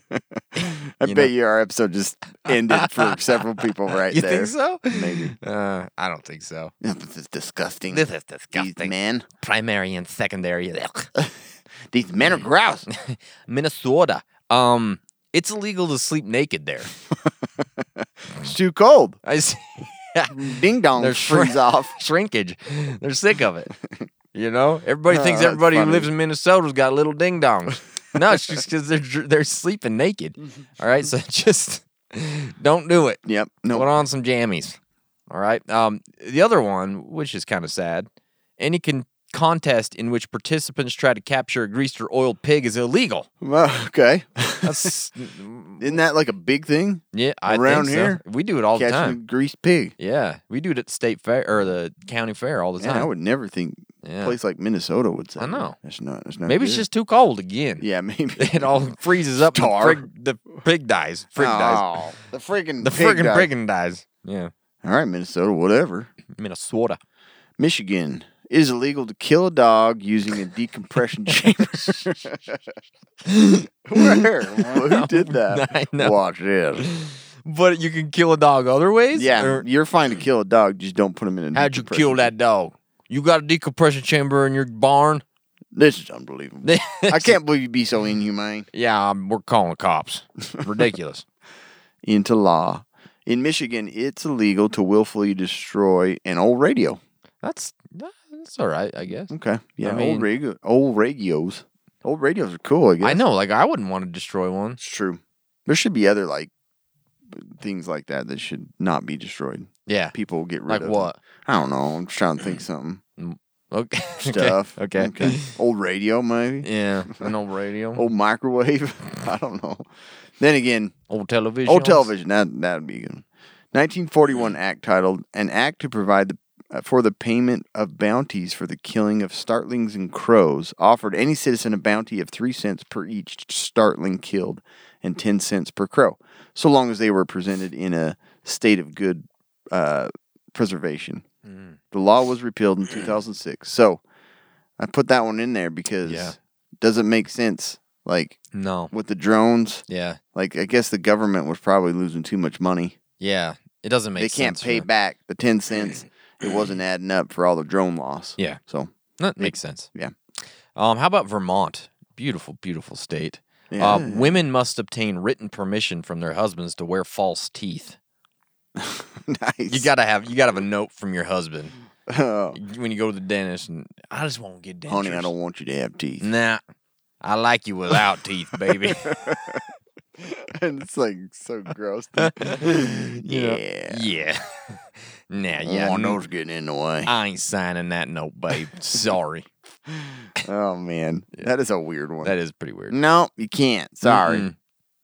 I
you
bet
know.
you our episode just ended for several people right
you
there.
think so?
Maybe.
Uh, I don't think so.
Yeah, This is disgusting.
This is disgusting.
These men,
Primary and secondary. Ugh.
these men are
Mm.
gross.
Minnesota. Um, it's illegal to sleep naked there. Mm.
It's too cold.
I see. Mm.
Ding dong
There's
freeze
shri-
off.
shrinkage. They're sick of it. You know, everybody
Oh,
thinks
that's
everybody who
funny.
lives in Minnesoda's got little ding dongs. no, it's just because they're dr- they're sleeping naked. All right, so just don't do it.
Yep. No.
Put on some jammies. All right. Um, the other one, which is kind of sad, any con- contest in which participants try to capture a greased or oiled pig is illegal.
Well, okay.
That's
Isn't that like a big thing?
yeah. I
Around
think so.
here,
we do it all the
Catching
time.
a greased pig.
Yeah, we do it at the state fair or the county fair all the
Man,
time.
I would never think
Yeah.
a place like Minnesota would say.
I
that.
know.
That's not. That's not.
Maybe it's
good.
just too cold again.
Yeah, maybe. Oh,
It all freezes up. and
Tar.
frig- the pig dies. Frig dies.
Oh, the friggin'
The
pig
friggin'
died.
friggin' dies. Yeah.
All right, Minnesota, whatever.
Minnesota.
Michigan. It is illegal to kill a dog using a decompression chamber. Where? Who did that?
I know.
Watch this.
But you can kill a dog other ways?
Yeah,
Or
you're fine to kill a dog. Just don't put him in a.
er how'd you
decompression
kill that dog? You got a decompression chamber in your barn?
This is unbelievable. I can't believe you'd be so inhumane.
yeah, I'm, we're calling the cops. Ridiculous.
Into law. In Michigan, it's illegal to willfully destroy an old radio.
that's that's all right, I guess.
Okay. Yeah,
mean-
old radio, old radios. Old radios are cool, I guess.
I know, like I wouldn't want to destroy one.
It's true. There should be other like things like that that should not be destroyed.
Yeah.
People will get rid
Like
of.
what?
I don't know. I'm just trying to think something.
Okay.
Stuff.
Okay. okay.
Old radio, maybe.
yeah. An old radio.
Old microwave. I don't know. Then again,
old television.
old television. That that'd be good. 1941 act titled "An Act to Provide the, uh, for the Payment of Bounties for the Killing of Startlings and Crows" offered any citizen a bounty of three cents per each startling killed and ten cents per crow, so long as they were presented in a state of good uh, preservation.
Mm,
The law was repealed in 2006. So I put that one in there because
Yeah.
doesn't make sense. Like
No.
with the drones,
Yeah.
like I guess the government was probably losing too much money.
Yeah. It doesn't make
they can't
sense.
pay
for-
back the ten cents. It wasn't adding up for all the drone loss.
Yeah.
So
That makes sense.
yeah.
Um, how about Vermont? Beautiful, beautiful state.
Yeah.
Uh, women must obtain written permission from their husbands to wear false teeth.
nice.
You gotta have you gotta have a note from your husband
Oh,
when you go to the dentist. And I just won't get dentures.
honey, I don't want you to have teeth.
Nah, I like you without teeth, baby.
and it's like so gross.
Mm. yeah. Yeah. nah.
Yeah.
Yeah.
One
no-
nose getting in the way.
I ain't signing that note, babe. Sorry.
oh man, that is a weird one.
that is pretty weird.
No, you can't. Sorry.
Mm-mm.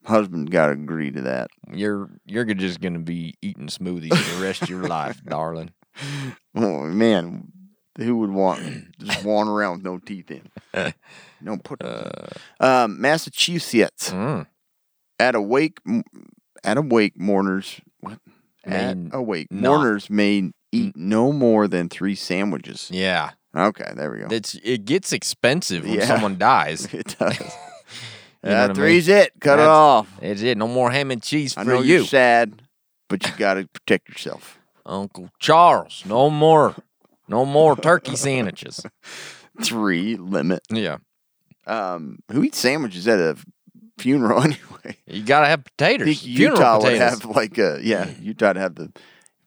Husband got to agree to that.
You're you're just gonna be eating smoothies the rest of your life, darling.
Oh man, who would want just wander around with no teeth in? No, put um, Massachusetts
Uh. Mm.
at awake m- at awake mourners. What at
May
awake
not. Mm.
mourners may eat no more than three sandwiches.
Yeah,
Okay, there we go.
it's it gets expensive when
Yeah.
someone dies.
It does.
You know what I
uh,
mean?
three's it. Cut it
That's-
off.
That's it. No more ham and cheese for
I know
you,
you're sad, but you got to protect yourself.
Uncle Charles. No more, no more turkey sandwiches.
Three limit.
Yeah,
Um, who eats sandwiches at a funeral anyway?
you gotta have
I
potatoes.
think
funeral
Utah would
potatoes. Mm.
have like a yeah. Utah'd have the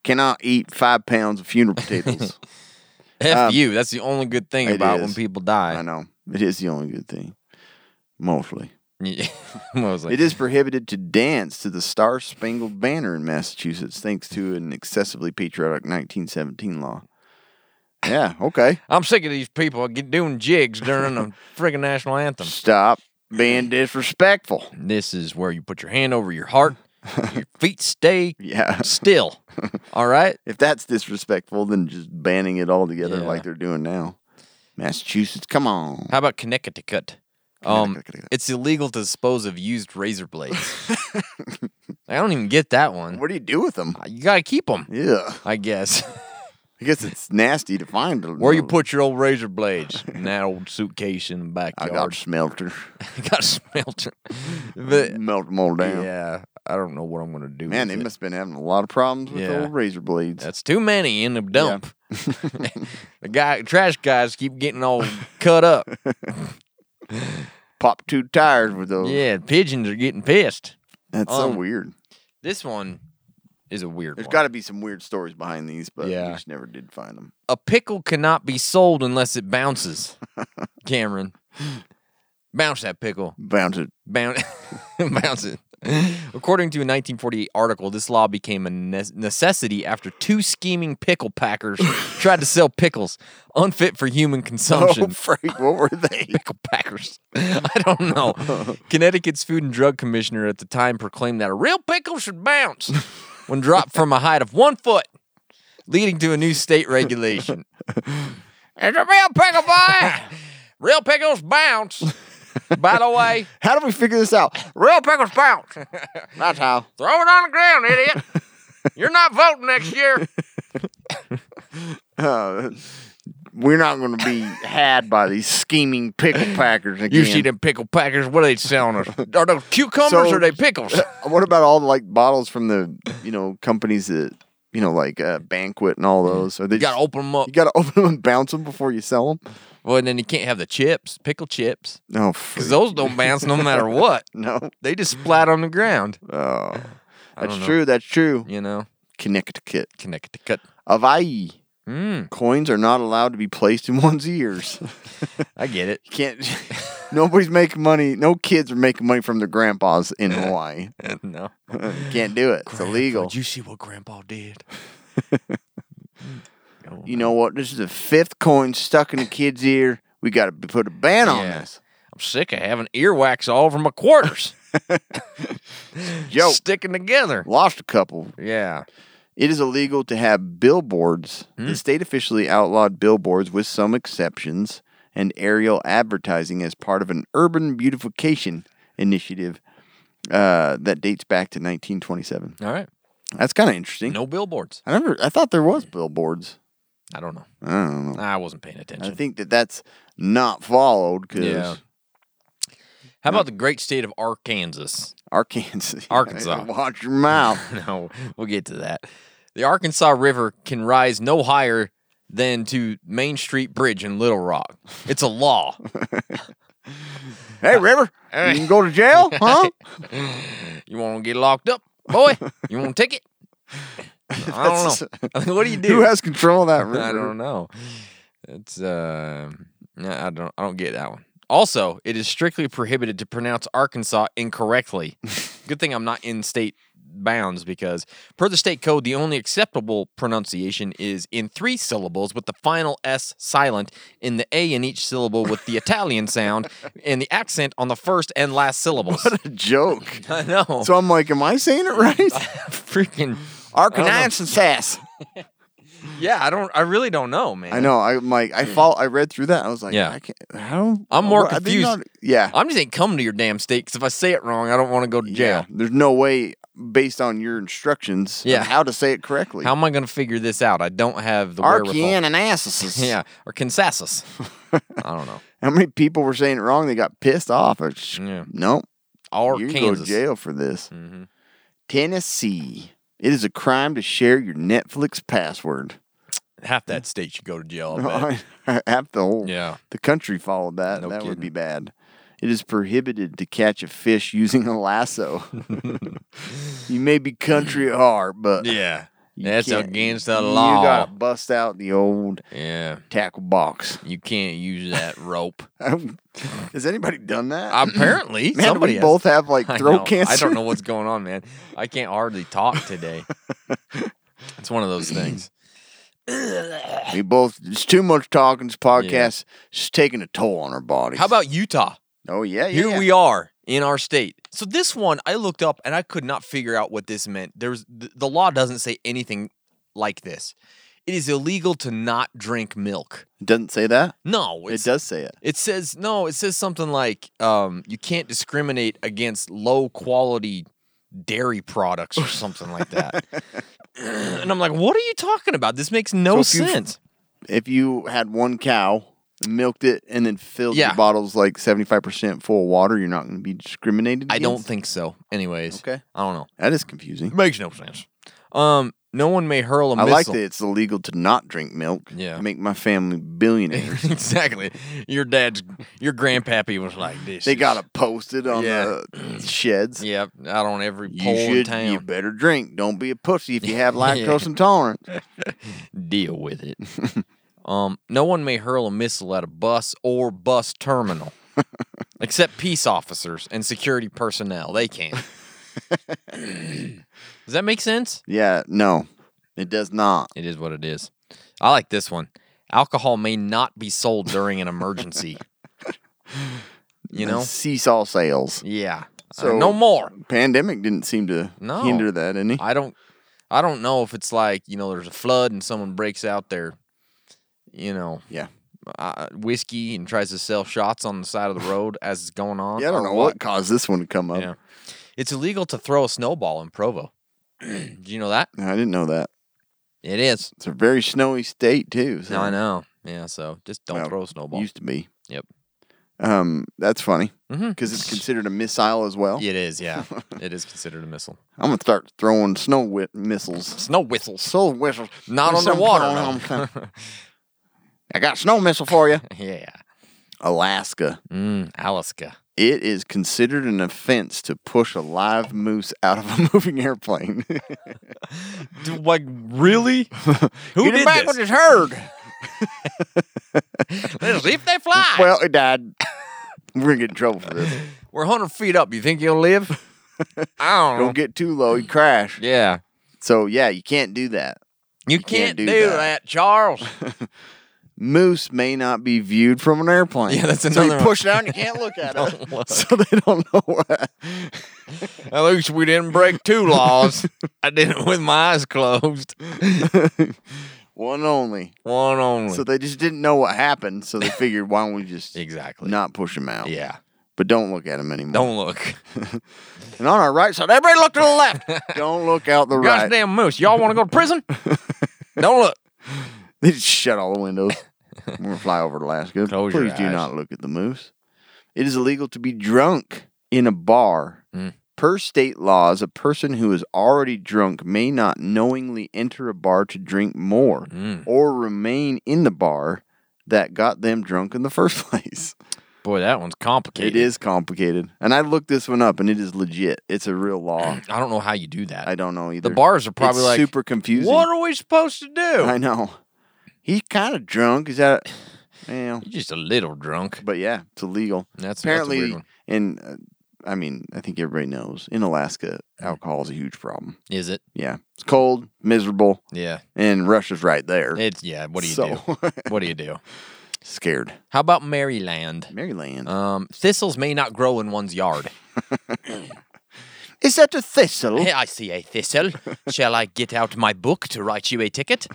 cannot eat five pounds of funeral potatoes.
F
um,
you. That's the only good thing
it
about when
is.
people die.
I know it is the only good thing. Mostly,
Yeah. I was like,
it is prohibited to dance to the Star Spangled Banner in Massachusetts, thanks to an excessively patriotic 1917 law. Yeah. Okay.
I'm sick of these people get doing jigs during the friggin' national anthem.
Stop being disrespectful.
This is where you put your hand over your heart. your feet stay
Yeah.
still. All right.
If that's disrespectful, then just banning it altogether
Yeah.
like they're doing now. Massachusetts, come on.
How about Connecticut? Um,
Connecticut.
it's illegal to dispose of used razor blades. I don't even get that one. Uh,
What do you do with them?
You gotta keep them,
Yeah,
I guess.
I guess it's nasty to find them.
Where you put your old razor blades in that old suitcase in the
I
backyard?
got smelter.
got a smelter. But
Melt them all down.
yeah, I don't know what I'm gonna do.
Mm, Man, they
with it.
must have been having a lot of problems with
Yeah.
old razor blades.
That's too many in the dump. the guy, trash guys keep getting all cut up.
Pop two tires with those.
Yeah, pigeons are getting pissed.
That's
Um,
so weird.
This one is a weird
There's
one.
got to be some weird stories behind these, but
Yeah.
we just never did find them.
a pickle cannot be sold unless it bounces. Cameron, bounce that pickle.
Bound to
Bounce, bounce it. According to a 1948 article, this law became a ne- necessity after two scheming pickle packers tried to sell pickles unfit for human
Oh,
consumption.
Frank, what were they?
pickle packers. I don't know. Connecticut's food and drug commissioner at the time proclaimed that a real pickle should bounce when dropped from a height of one foot, leading to a new state regulation. it's a real pickle boy. Real pickles bounce. By the way,
How do we figure this out?
real pickles bounce.
That's how.
Throw it on the ground, idiot. You're not voting next year.
Uh, we're not going to be had by these scheming pickle packers again.
You see them pickle packers? What are they selling us? Are those cucumbers
So-
or are they pickles?
Uh, What about all the like bottles from the you know companies that you know like uh, banquet and all those? Are they
Mm-hmm. You gotta
just-
open them up.
you gotta open them and bounce them before you sell them?
Well, and then you can't have the chips, pickle chips,
No,
because those don't bounce no matter what.
no.
They just splat on the ground.
Oh, that's
don't know.
true. That's true.
You know,
Connecticut,
Connecticut.
Hawaii.
Mm,
Coins are not allowed to be placed in one's ears.
I get it.
You can't. Nobody's making money. No kids are making money from their grandpas in Hawaii.
no,
You can't do it. It's illegal.
Did you see what Grandpa did?
You know what? This is the fifth coin stuck in a kid's ear. We got to put a ban on
Yeah.
this.
I'm sick of having earwax all over my quarters,
Yo,
sticking together.
lost a couple.
Yeah,
It is illegal to have billboards.
Hmm.
The state officially outlawed billboards with some exceptions and aerial advertising as part of an urban beautification initiative uh, that dates back to 1927.
all right.
That's kind of interesting.
No billboards.
I never. I thought there was billboards.
I don't know.
I don't know.
I wasn't paying attention.
I think that that's not followed because
Yeah. How about the great state of Arkansas?
Arkansas.
Arkansas.
Watch your mouth.
no, we'll get to that. The Arkansas River can rise no higher than to Main Street Bridge in Little Rock. It's a law.
Hey, River, you can go to jail, huh?
You want to get locked up, boy? You want a ticket? I don't know. I mean, what do you do?
Who has control of that river?
I don't know. It's uh, no, I don't. I don't get that one. Also, it is strictly prohibited to pronounce Arkansas incorrectly. Good thing I'm not in state bounds because, per the state code, the only acceptable pronunciation is in three syllables with the final s silent in the a in each syllable with the Italian sound and the accent on the first and last syllables.
What a joke.
I know.
So I'm like, am I saying it right?
freaking
Arkansas.
yeah. I don't. I really don't know, man.
I know. I'm like, I fall. I read through that. I was like,
Hmm. Yeah.
yeah. I can't. How?
I'm more
what- are they
confused. Uh,
not- yeah.
I'm just ain't coming to your damn state because if I say it wrong, I don't want to go to jail.
There's no way, based on your instructions,
Yeah.
of how to say it correctly.
How am I going to figure this out? I don't have the wherewithal.
Arkansas.
Yeah, or Kansas. I don't know.
How many people were saying it wrong? They got pissed off. Or, sh-
Yeah.
No,
Or
you go to
Kansas.
jail for this.
Mhm.
Tennessee. It is a crime to share your Netflix password.
Half that state should go to jail. I bet.
Half the whole
yeah.
the country followed that.
No
that would
kidding.
be bad. It is prohibited to catch a fish using a lasso. you may be country at heart, but
Yeah.
you
That's
can't-
against the
You
law.
gotta bust out the old
Yeah.
tackle box.
You can't use that rope.
Has anybody done that?
Apparently,
Man,
somebody
we
has-
both have like
I
throat
know.
cancer.
I don't know what's going on, man. I can't hardly talk today. it's one of those things.
We both. It's too much talking. This podcast is taking a toll on our bodies.
How about Utah?
Oh yeah, yeah.
Here we are in our state. So this one I looked up and I could not figure out what this meant. There's th- the law doesn't say anything like this. It is illegal to not drink milk.
It doesn't say that.
No,
It
it's-
does say it.
It says no. It says something like um, you can't discriminate against low quality dairy products or something like that. and I'm like, what are you talking about? This makes no
So if you've-
sense.
If you had one cow, milked it, and then filled
Yeah.
your bottles like seventy five percent full of water, you're not going to be discriminated.
I don't
against?
think so. Anyways,
Okay.
I don't know.
that is confusing.
It makes no sense. Um, no one may hurl a
I
missile.
like that it's illegal to not drink milk.
Yeah.
make my family billionaires.
exactly. Your dad's, your grandpappy was like this.
they
is-
got to post it on the sheds.
Yep, out on every
You
pole in
should.
town.
You better drink. Don't be a pussy if you have
Yeah.
lactose intolerance.
deal with it. um, no one may hurl a missile at a bus or bus terminal, except peace officers and security personnel. They can. Does that make sense?
Yeah, no, it does not.
It is what it is. I like this one. Alcohol may not be sold during an emergency. you know?
seesaw sales.
Yeah. Uh,
So-
no more.
Pandemic didn't seem to
No.
hinder that any.
I don't I don't know if it's like, you know, there's a flood and someone breaks out their you know,
yeah,
uh, whiskey and tries to sell shots on the side of the road as it's going on.
yeah. I don't
or
know what caused this one to come up.
Yeah. It's illegal to throw a snowball in Provo. Do you know that?
No, I didn't know that.
It is.
It's a very snowy state too. So
No, I know. Yeah, so just don't
Well,
throw a snowball.
Used to be.
Yep.
Um, that's funny
Mhm.
because it's considered a missile as well.
It is, yeah. it is considered a missile.
I'm gonna start throwing snow whi- missiles.
Snow whistles.
Snow whistles.
Not
There's
on the
some
water.
kind
though.
of- I got a snow missile for you.
yeah.
Alaska.
Mm, Alaska.
It is considered an offense to push a live moose out of a moving airplane.
D- Like really? Who
Get him
did
back
this?
with his herd.
Let's see if they fly.
Well, it died. We're gonna get in trouble for this.
We're 100 feet up. You think you'll live? I don't know.
Don't get too low, you crash.
yeah.
So yeah, you can't do that.
You, can't, do, that. Charles.
Moose may not be viewed from an airplane.
Yeah, that's
So
another
you
one.
push down, you can't look at
Don't
it,
look.
so they don't know what.
At least we didn't break two laws. I did it with my eyes closed.
One only.
One only.
So they just didn't know what happened. So they figured, why don't we just
exactly.
not push them out?
Yeah.
But don't look at them anymore.
Don't look.
And on our right side, everybody look to the left. don't look out the right.
Gosh damn moose. Y'all want to go to prison? Don't look.
They just shut all the windows. We're gonna fly over to Alaska.
Close your
Please do
eyes.
not look at the moose. It is illegal to be drunk in a bar.
Mm.
Per state laws, a person who is already drunk may not knowingly enter a bar to drink more
Mm.
or remain in the bar that got them drunk in the first place.
Boy, that one's complicated.
It is complicated. And I looked this one up and it is legit. It's a real law.
I don't know how you do that.
I don't know either.
the bars are probably
It's
like
super confusing.
What are we supposed to do?
I know. He's kind of drunk. Is that? Well,
You're just a little drunk.
but yeah, it's illegal.
That's
Apparently,
That's a weird one.
in uh, I mean, I think everybody knows in Alaska,
Hmm.
alcohol is a huge problem.
Is it?
Yeah, it's cold, miserable,
Yeah.
and Russia's right there.
It's yeah. What do you
So-
do? What do you do?
Scared.
How about Maryland?
Maryland.
Um, thistles may not grow in one's yard.
is that a thistle?
Hey, I see a thistle. Shall I get out my book to write you a ticket?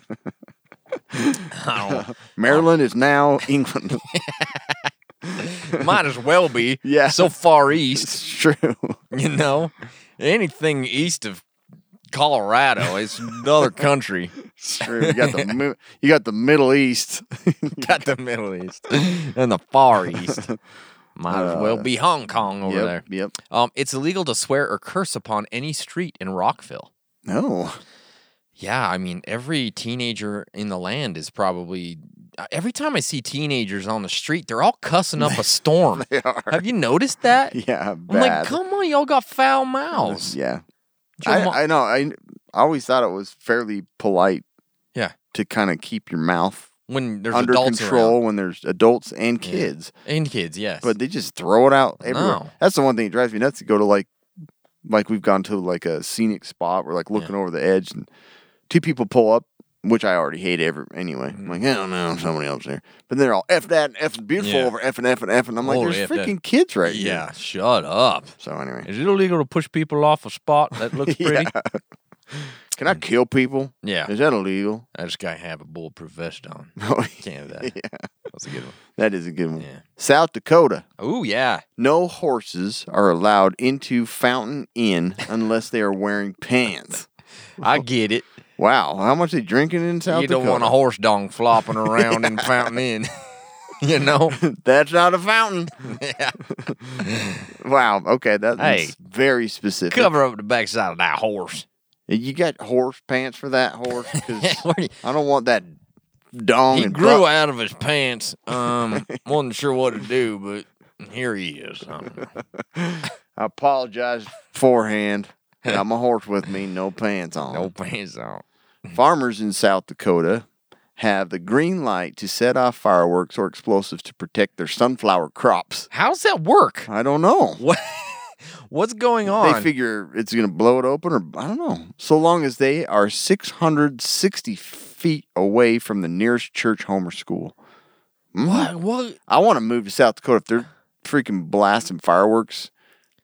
Oh, I
Maryland is now England.
don't- might as well be.
Yeah.
So far east,
it's true.
you know. Anything east of Colorado is another country.
It's true. You got the mi- you got the Middle East.
Got the Middle East and the Far East. Might as well be Hong Kong over
Uh, yep.
there.
Yep.
Um, it's illegal to swear or curse upon any street in Rockville.
No.
Yeah, I mean, every teenager in the land is probably. uh, Every time I see teenagers on the street, they're all cussing up a storm.
They are.
Have you noticed that?
Yeah.
I'm like,
Bad.
come on, y'all got foul mouths.
Yeah.
Your
I,
mo-
I know. I, I always thought it was fairly polite
Yeah,
to kind of keep your mouth
when there's
under
adults
control
around.
when there's adults and kids,
and kids, yes.
but they just throw it out everywhere.
No.
That's the one thing that drives me nuts to go to like, like we've gone to like a scenic spot. We're like looking over the edge, and two people pull up, which I already hate every anyway.
Mm-hmm.
I'm like, I don't know, somebody else there, but they're all f that and f beautiful
Yeah.
over f and f and f, and I'm like,
Holy F
there's
that.
freaking kids right here.
yeah, shut up.
So anyway,
Is it illegal to push people off a spot that looks pretty?
Yeah. Can I kill people?
mm. Yeah.
Is that illegal?
I just gotta have a bulletproof vest on.
Oh,
Can't have that.
yeah.
That's a good one.
That is a good one.
Yeah.
South Dakota.
Oh yeah.
No horses are allowed into Fountain Inn unless they are wearing pants.
I get it.
Wow. How much they drinking in South
you
Dakota?
don't want a horse dong flopping around in Fountain Inn. you know?
That's not a fountain.
Yeah.
Wow. Okay. That-
Hey.
That's very specific.
Cover up the backside of that horse.
You got horse pants for that horse? 'Cause
Where do you-
I don't want that dong
he
and
grew
butt.
out of his pants. Um, wasn't sure what to do, but here he is. Um, I don't know.
I apologize beforehand. Got my horse with me, no pants on.
No pants on.
Farmers in South Dakota have the green light to set off fireworks or explosives to protect their sunflower crops.
How's that work?
I don't know.
What? What's going on?
They figure it's going to blow it open, or I don't know. So long as they are 660 feet away from the nearest church, home, or school. Mm.
what? What?
I want to move to South Dakota if they're freaking blasting fireworks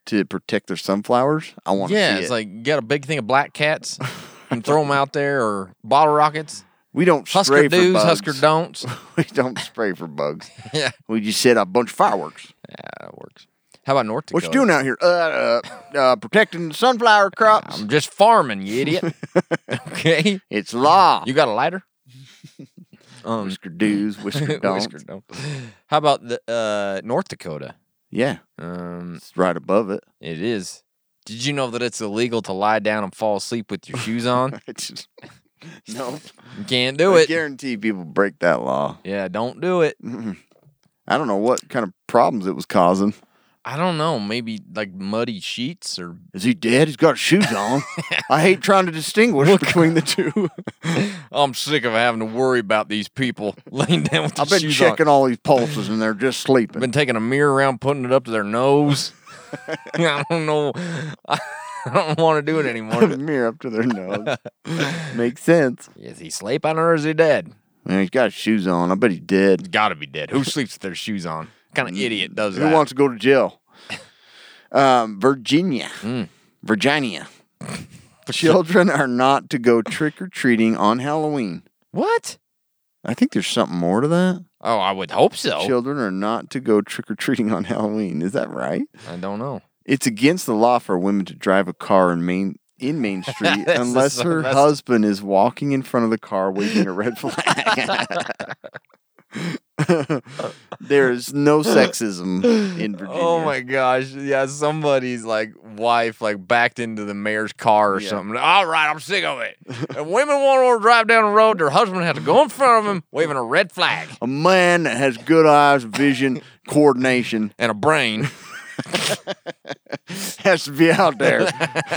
to protect their sunflowers. I want to
Yeah,
see
it's
it.
like you got a big thing of black cats and throw them out there or bottle rockets.
we don't
Husker
spray for
do's,
bugs.
Husker don'ts.
we don't spray for bugs.
yeah,
We just set up a bunch of fireworks.
that works. How about North Dakota?
What you doing out here? Uh, uh, uh protecting the sunflower crops.
I'm just farming, you idiot. okay,
It's law.
you got a lighter? Um,
whisker do's, whisker don'ts.
Whisker don't. How about the uh, North Dakota?
Yeah,
Um,
it's right above it.
it is. Did you know that it's illegal to lie down and fall asleep with your shoes on?
It's just, no,
You can't do
I mm.
it.
guarantee people break that law.
Yeah, don't do it.
I don't know what kind of problems it was causing.
I don't know. Maybe like muddy sheets or
Is he dead? He's got shoes on. I hate trying to distinguish between the two.
I'm sick of having to worry about these people laying down with their
I've been
shoes
checking
on.
all these pulses and they're just sleeping.
Been taking a mirror around, putting it up to their nose. I don't know. I don't want to do it anymore.
mirror up to their nose. Makes sense.
is he sleeping or is he dead?
Man, he's got shoes on. I bet he's dead.
Got to be dead. Who sleeps with their shoes on? What kind of idiot does
Mm, Who
that?
wants to go to jail? Um, Virginia. Virginia. Children are not to go trick or treating on Halloween.
what?
I think there's something more to that.
Oh, I would hope so.
Children are not to go trick or treating on Halloween. Is that right?
I don't know.
It's against the law for women to drive a car in Main in Main Street
That's
unless
the-
her
that's-
husband is walking in front of the car waving a red flag. there is no sexism in Virginia.
Oh my gosh. Yeah, somebody's like wife like backed into the mayor's car or
Yeah.
something. All right, I'm sick of it. if women want to drive down the road, their husband has to go in front of him waving a red flag
A man that has good eyes, vision, coordination
and a brain
has to be out there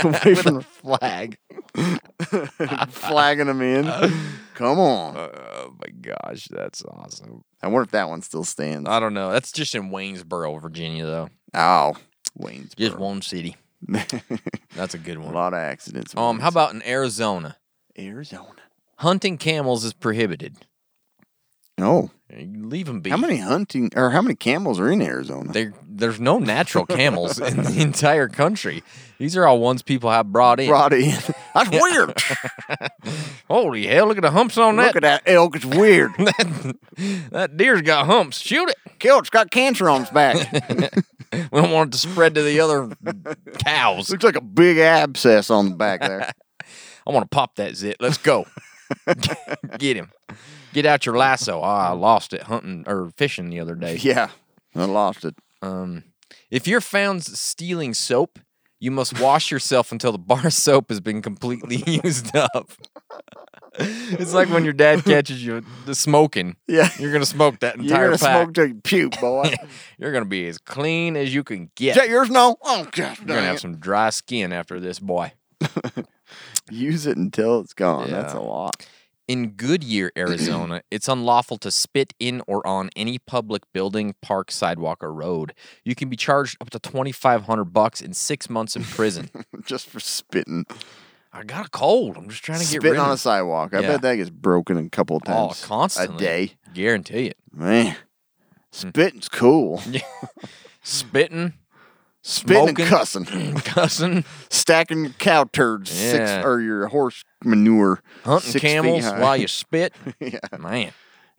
waving,
flag.
flagging them in. Come on.
Oh my gosh, that's awesome.
I wonder if that one still stands.
I don't know. That's just in Waynesboro, Virginia though.
Ow. Wayne's.
Just one city. That's a good
A
one.
lot of accidents. in
Um, how
Waynesboro.
about in Arizona?
Arizona?
Hunting camels is prohibited.
No.
You Leave them be.
How many hunting or how many camels are in Arizona?
There, there's no natural camels in the entire country. These are all ones people have brought in.
brought in. That's weird.
Holy hell! Look at the humps on
Look
that.
at that elk. It's weird.
that. That deer's got humps. Shoot it.
Kelt's got cancer on its back.
We don't want it to spread to the other cows.
Looks like a big abscess on the back there.
I want to pop that zit. Let's go. Get him. Get out your lasso. Ah, I lost it hunting or fishing the other day.
Yeah. I lost it.
Um, if you're found stealing soap, you must wash yourself until the bar of soap has been completely used up. it's like when your dad catches you smoking.
Yeah.
You're gonna smoke that
You're
entire
gonna
pack.
smoke till you puke, boy.
You're gonna be as clean as you can get.
Is that yours? No. Oh gosh,
You're gonna
dang
have
it.
some dry skin after this, boy.
Use it until it's gone. That's
Yeah.
a lot.
In Goodyear, Arizona, it's unlawful to spit in or on any public building, park, sidewalk, or road. You can be charged up to twenty five hundred bucks and six months in prison.
Just for spitting,
I got a cold. I'm just trying to get rid
spitting
of
on
it.
a sidewalk. I
Yeah.
bet that gets broken a couple of
Oh,
times.
constantly. Hmm.
A day,
Guarantee it.
man. Spitting's cool.
Spitting, Smoking.
Spitting and cussing.
cussing,
Stacking your cow turds
Yeah.
six or your horse manure.
hunting
six feet
camels
high.
while you spit.
yeah.
Man,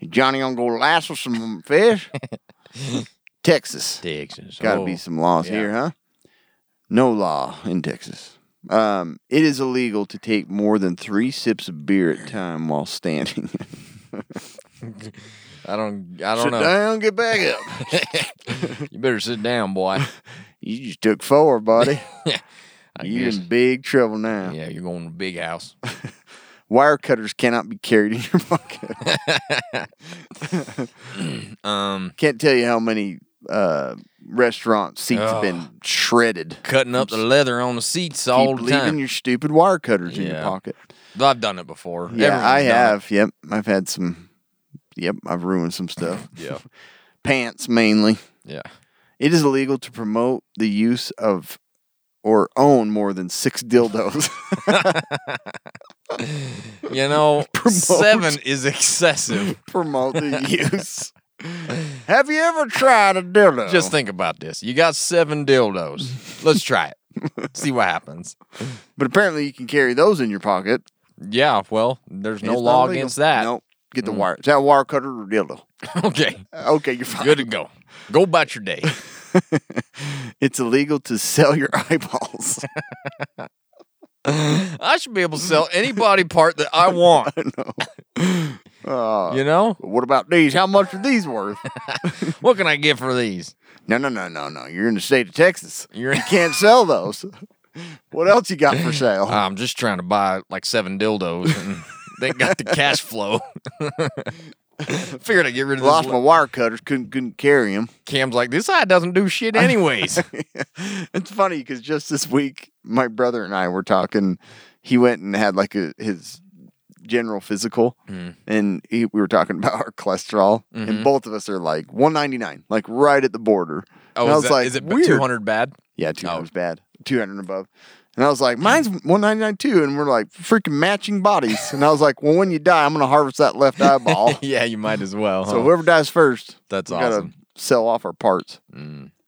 Johnny gonna go lasso some fish. Texas.
Texas.
Gotta
Oh.
be some laws
yeah.
here, huh? No law in Texas. Um, it is illegal to take more than three sips of beer at time while standing.
I don't. I don't
Sit
know.
down, get back up.
You better sit down, boy.
you just took four, buddy.
I
you
guess.
in big trouble now.
Yeah, you're going to the big house.
Wire cutters cannot be carried in your pocket.
Um,
Can't tell you how many uh, restaurant seats have been shredded.
cutting up the leather on the seats
Keep
all the
leaving
time.
your stupid wire cutters in your
Yeah.
pocket.
I've done it before.
Yeah,
Everyone's
I
done
have. Yep, I've had some. Yep, I've ruined some stuff.
it. Yeah.
Pants mainly.
Yeah.
It is illegal to promote the use of or own more than six dildos.
You know,
Promote.
seven is excessive.
promote the use. Have you ever tried a dildo?
Just think about this. You got seven dildos. Let's try it. See what happens.
But apparently, you can carry those in your pocket.
Yeah, well, there's no
It's not
law
illegal.
against that. Mm.
Nope. Get the wire. Is that a wire cutter or dildo?
Okay.
Okay, you're fine.
Uh, Good to go. Go about your day.
It's illegal to sell your eyeballs.
I should be able to sell any body part that I want.
Uh,
You know?
What about these? How much are these worth?
What can I get for these?
no, no, no, no, no. You're in the state of Texas.
You're-
You can't sell those. What else you got for sale?
Ah, I'm just trying to buy like seven dildos and they got the cash flow. Figured I'd get rid of this.
Lost
li-
my wire cutters. Couldn't couldn't carry them.
Cam's like, this side doesn't do shit anyways.
it's funny because just this week, my brother and I were talking. He went and had like a, his general physical,
Mm.
and he, we were talking about our cholesterol,
Mm-hmm.
and both of us are like 199, like right at the border.
oh,
and
is,
I was
that,
like,
is it
weird.
200 bad?
Yeah,
Oh.
200 was bad. 200 and above. And I was like, mine's
Mm.
199 too. And we're like, freaking matching bodies. And I was like, well, when you die, I'm going to harvest that left eyeball.
Oh, yeah, you might as well.
So
huh?
whoever dies first,
That's
we
awesome. Mm.
to sell off our parts.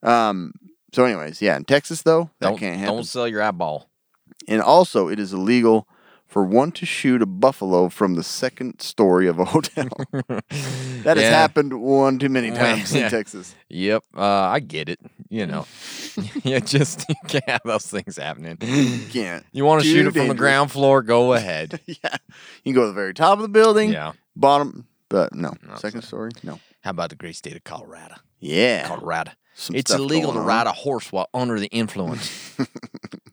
Um, so, anyways, yeah, in Texas, though, that
don't,
can't happen.
don't sell your eyeball.
And also, it is illegal for one to shoot a buffalo from the second story of a hotel. that has
Yeah.
happened one too many times
Yeah.
in Texas.
Yep, uh, I get it. You know, yeah, just you can't have those things happening.
You can't.
You want to
Too
shoot it from the
dangerous.
ground floor? Go ahead.
Yeah. You can go to the very top of the building.
Yeah.
Bottom, but no. Second story? No.
How about the great state of Colorado?
Yeah.
Colorado.
Some
it's
stuff
illegal to
going on.
ride a horse while under the influence.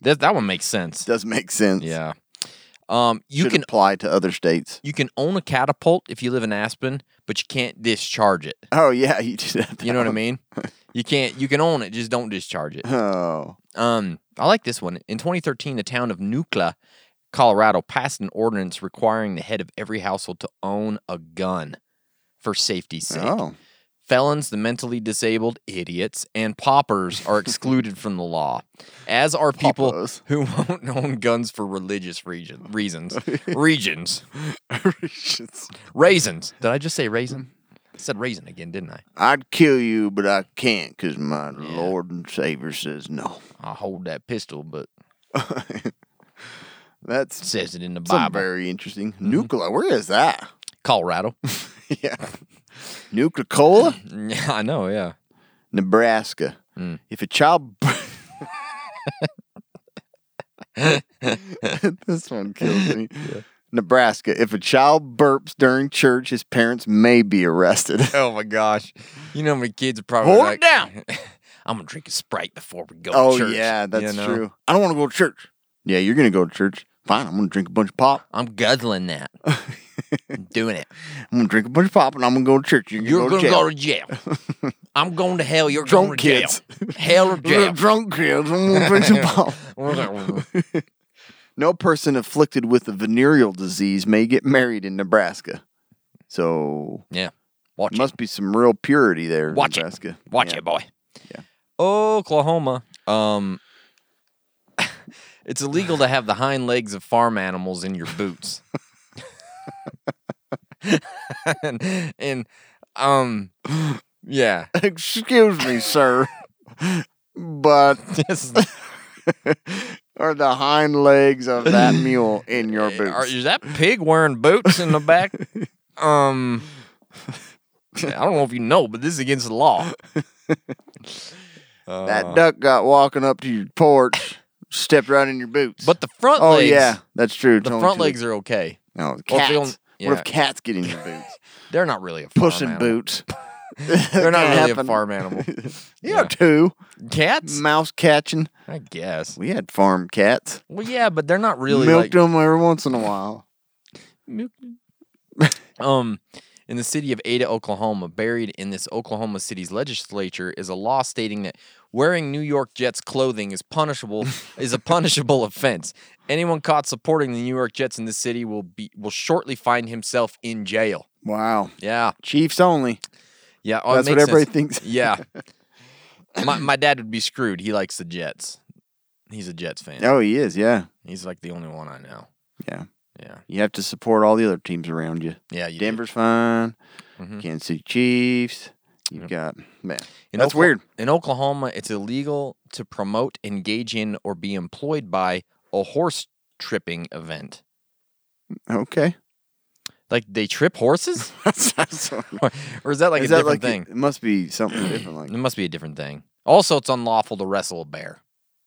that that one makes sense.
Does make sense.
Yeah. Um, you
Should
can
apply to other states.
you can own a catapult if you live in Aspen, but you can't discharge it.
Oh yeah, you did have that.
You know what I
one.
mean? You can't. You can own it, just don't discharge it.
Oh.
Um, I like this one. In 2013, the town of Nucla, Colorado, passed an ordinance requiring the head of every household to own a gun for safety's sake.
Oh.
Felons, the mentally disabled, idiots, and paupers are excluded from the law, as are people
Paupers.
who won't own guns for religious region, reasons. regions. Raisins. Did I just say raisin?
Mm-hmm.
I said raisin again, didn't I?
I'd kill you, but I can't because my Lord and Savior says no.
I hold that pistol, but it
That's
says it in the
something
Bible. Mm-hmm.
very interesting. Nuclear. Where is that?
Colorado.
yeah. Nuclear cola?
Yeah, I know, yeah.
Nebraska.
Mm.
If a child. this one kills me. Nebraska. If a child burps during church, his parents may be arrested.
Oh my gosh. You know my kids are probably
Hold it
like,
down.
I'm gonna drink a Sprite before we go
oh,
to church.
yeah,
you
that's
know?
true. I don't want to go to church. Yeah, you're going to go to church. Fine, I'm going to drink a bunch of pop.
I'm guzzling that. I'm doing it.
I'm going to drink a bunch of pop and I'm going to go to church. You're
You're
going to
gonna
jail.
go to jail. I'm going to hell. You're
Drunk
going to jail.
kids.
Hell or
Little
jail.
drunk kids. I'm going to drink some pop. No person afflicted with a venereal disease may get married in Nebraska. So
yeah. Watch
must be some real purity there.
it.
in
Watch
Nebraska.
it. Watch
Yeah.
it, boy. Oklahoma. Um it's illegal to have the hind legs of farm animals in your boots. and, and um yeah.
Excuse me, sir. butt
This-
or the hind legs of that mule in your boots.
Are, is that pig wearing boots in the back? um, I don't know if you know, but this is against the law. uh,
that duck got walking up to your porch, stepped right in your boots.
But the front
oh
legs,
yeah, that's true.
the front legs are okay.
no the
Or if
cats.
they
What
yeah.
if cats get in your boots?
They're not really a farm
Puss in
animal.
boots.
They're not really a farm animal.
Yeah,
Yeah.
two
Cats,
mouse catching.
I guess.
We had farm cats.
Well, yeah, but they're not really
Milked
like
them every once in a while.
Um, in the city of Ada, Oklahoma, buried in this Oklahoma City's legislature is a law stating that wearing New York Jets clothing is punishable is a punishable offense. Anyone caught supporting the New York Jets in this city will be will shortly find himself in jail.
Wow,
Yeah,
Chiefs only.
yeah. oh, it
That's what
makes sense.
everybody thinks.
Yeah, my my dad would be screwed. He likes the Jets. He's a Jets fan.
Oh, he is. Yeah,
He's like the only one I know.
yeah.
Yeah,
You have to support all the other teams around you.
yeah. You do.
Denver's fine.
Mhm.
Kansas City Chiefs. You've got man.
In
That's
Okla-
weird.
In Oklahoma, it's illegal to promote, engage in, or be employed by a horse tripping event.
Okay.
Like they trip horses,
That's, that's what-
or, or is that like
Is
a
that
different
like-
thing?
It must be something different. Like
It must be a different thing. Also, it's unlawful to wrestle a bear.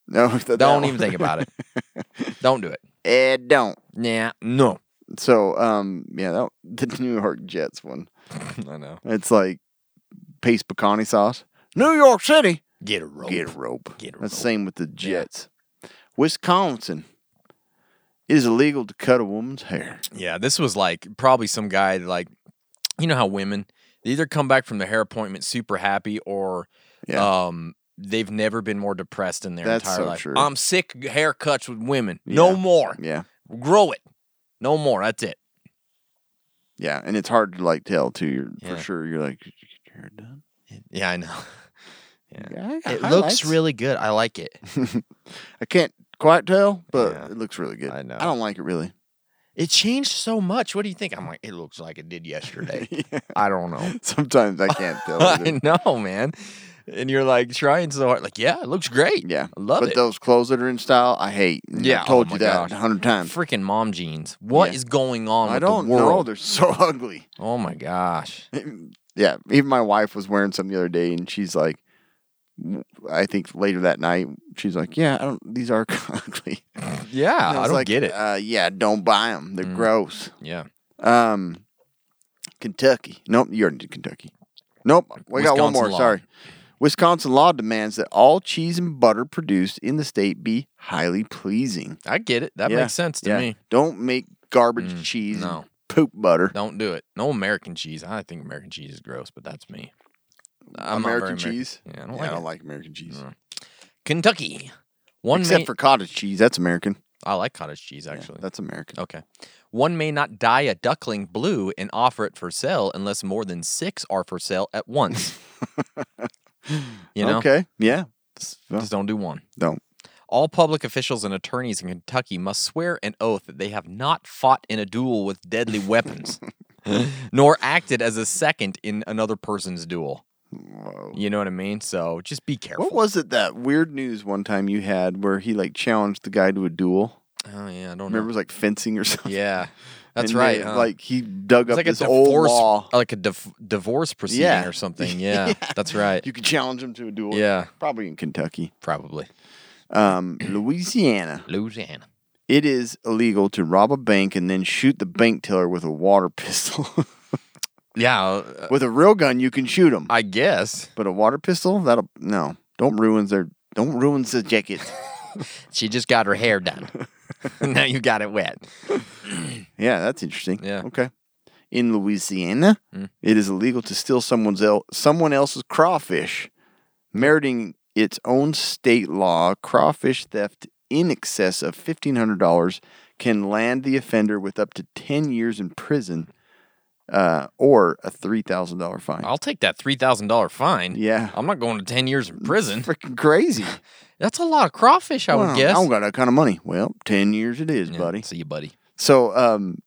no, that- that
Don't
one.
even think about it. Don't do it.
Eh, don't.
Nah, no.
So um yeah, that the New York Jets one.
I know.
It's like paste pecani sauce. New York City.
Get a rope.
Get a rope.
Get a
That's
rope.
same with the Jets. Wisconsin. It is illegal to cut a woman's hair.
Yeah, this was like probably some guy that, like, you know how women they either come back from the hair appointment super happy or
Yeah.
um they've never been more depressed in their
That's
entire
so
life.
true.
I'm sick of haircuts with women. No
Yeah.
more.
Yeah.
Grow it. No more. That's it.
Yeah. And it's hard to like tell too. You're
Yeah.
for sure. You're like, "Did you get your hair done?
Yeah, I know. Yeah.
Yeah,
It
highlights.
looks really good. I like it.
I can't quite tell, but
Yeah.
it looks really good.
I know.
I don't like it really.
It changed so much. What do you think? I'm like, it looks like it did yesterday. I don't know.
Sometimes I can't tell. either.
I know, man. And you're like trying so hard. Like, yeah, it looks great.
Yeah.
I love
but
it.
those clothes that are in style, I hate. And
Yeah,
I
oh
told
my
you that
gosh.
a hundred times.
freaking mom jeans. What is
Yeah.
going on?
I
with
don't
the
know.
world?
They're so ugly.
Oh my gosh.
Yeah. Even my wife was wearing some the other day, and she's like, I think later that night, she's like, "Yeah, I don't. These are ugly."
Yeah,
And
I,
was
don't
like,
get it. Mm.
Uh, yeah, don't buy them. They're gross.
yeah,
Um, Kentucky. Nope, you're in Kentucky. Nope, we got one
Wisconsin
more.
law.
Sorry. Wisconsin law demands that all cheese and butter produced in the state be highly pleasing.
I get it. That
Yeah,
makes sense to
yeah.
me. Mm,
Don't make garbage cheese and
no.
poop butter.
Don't do it. No American cheese. I think American cheese is gross, but that's me. I'm not very
American cheese.
Yeah, I don't like it. Mm.
American cheese.
Kentucky. One
Except
may-
for cottage cheese, that's American.
I like cottage cheese
Yeah,
actually.
that's American.
okay. One may not dye a duckling blue and offer it for sale unless more than six are for sale at once. you know,
Okay. Yeah. Well,
just don't do one.
don't.
All public officials and attorneys in Kentucky must swear an oath that they have not fought in a duel with deadly weapons, nor acted as a second in another person's duel.
Whoa.
You know what I mean? So just be careful.
What was it that weird news one time you had where he like challenged the guy to a duel?
Oh yeah, I don't
Remember it
know.
was like fencing or something?
Yeah, that's
And
right.
they,
huh?
Like he dug
It's
up
like a
this old
divorce,
law.
like a div- divorce proceeding
Yeah.
or something. Yeah, that's right.
You could challenge him to a duel.
Yeah.
probably in Kentucky,
Probably
um, Louisiana.
Louisiana.
It is illegal to rob a bank and then shoot the bank teller with a water pistol.
Uh, Yeah, uh,
with a real gun, you can shoot him,
I guess
but a water pistol, that'll no. Don't ruin their. Don't ruin the jacket.
she just got her hair done. now you got it wet.
yeah, that's interesting.
Yeah. Mm.
Okay. In Louisiana, it is illegal to steal someone's el- someone else's crawfish, meriting its own state law. Crawfish theft in excess of fifteen hundred dollars can land the offender with up to ten years in prison, uh, or a three thousand dollar fine.
I'll take that three thousand dollar fine.
Yeah.
I'm not going to ten years in prison.
Freaking crazy!
That's a lot of crawfish, I
Wow,
would guess.
I don't got that kind of money. Well, ten years it is,
Yeah,
buddy.
See you, buddy.
So, um,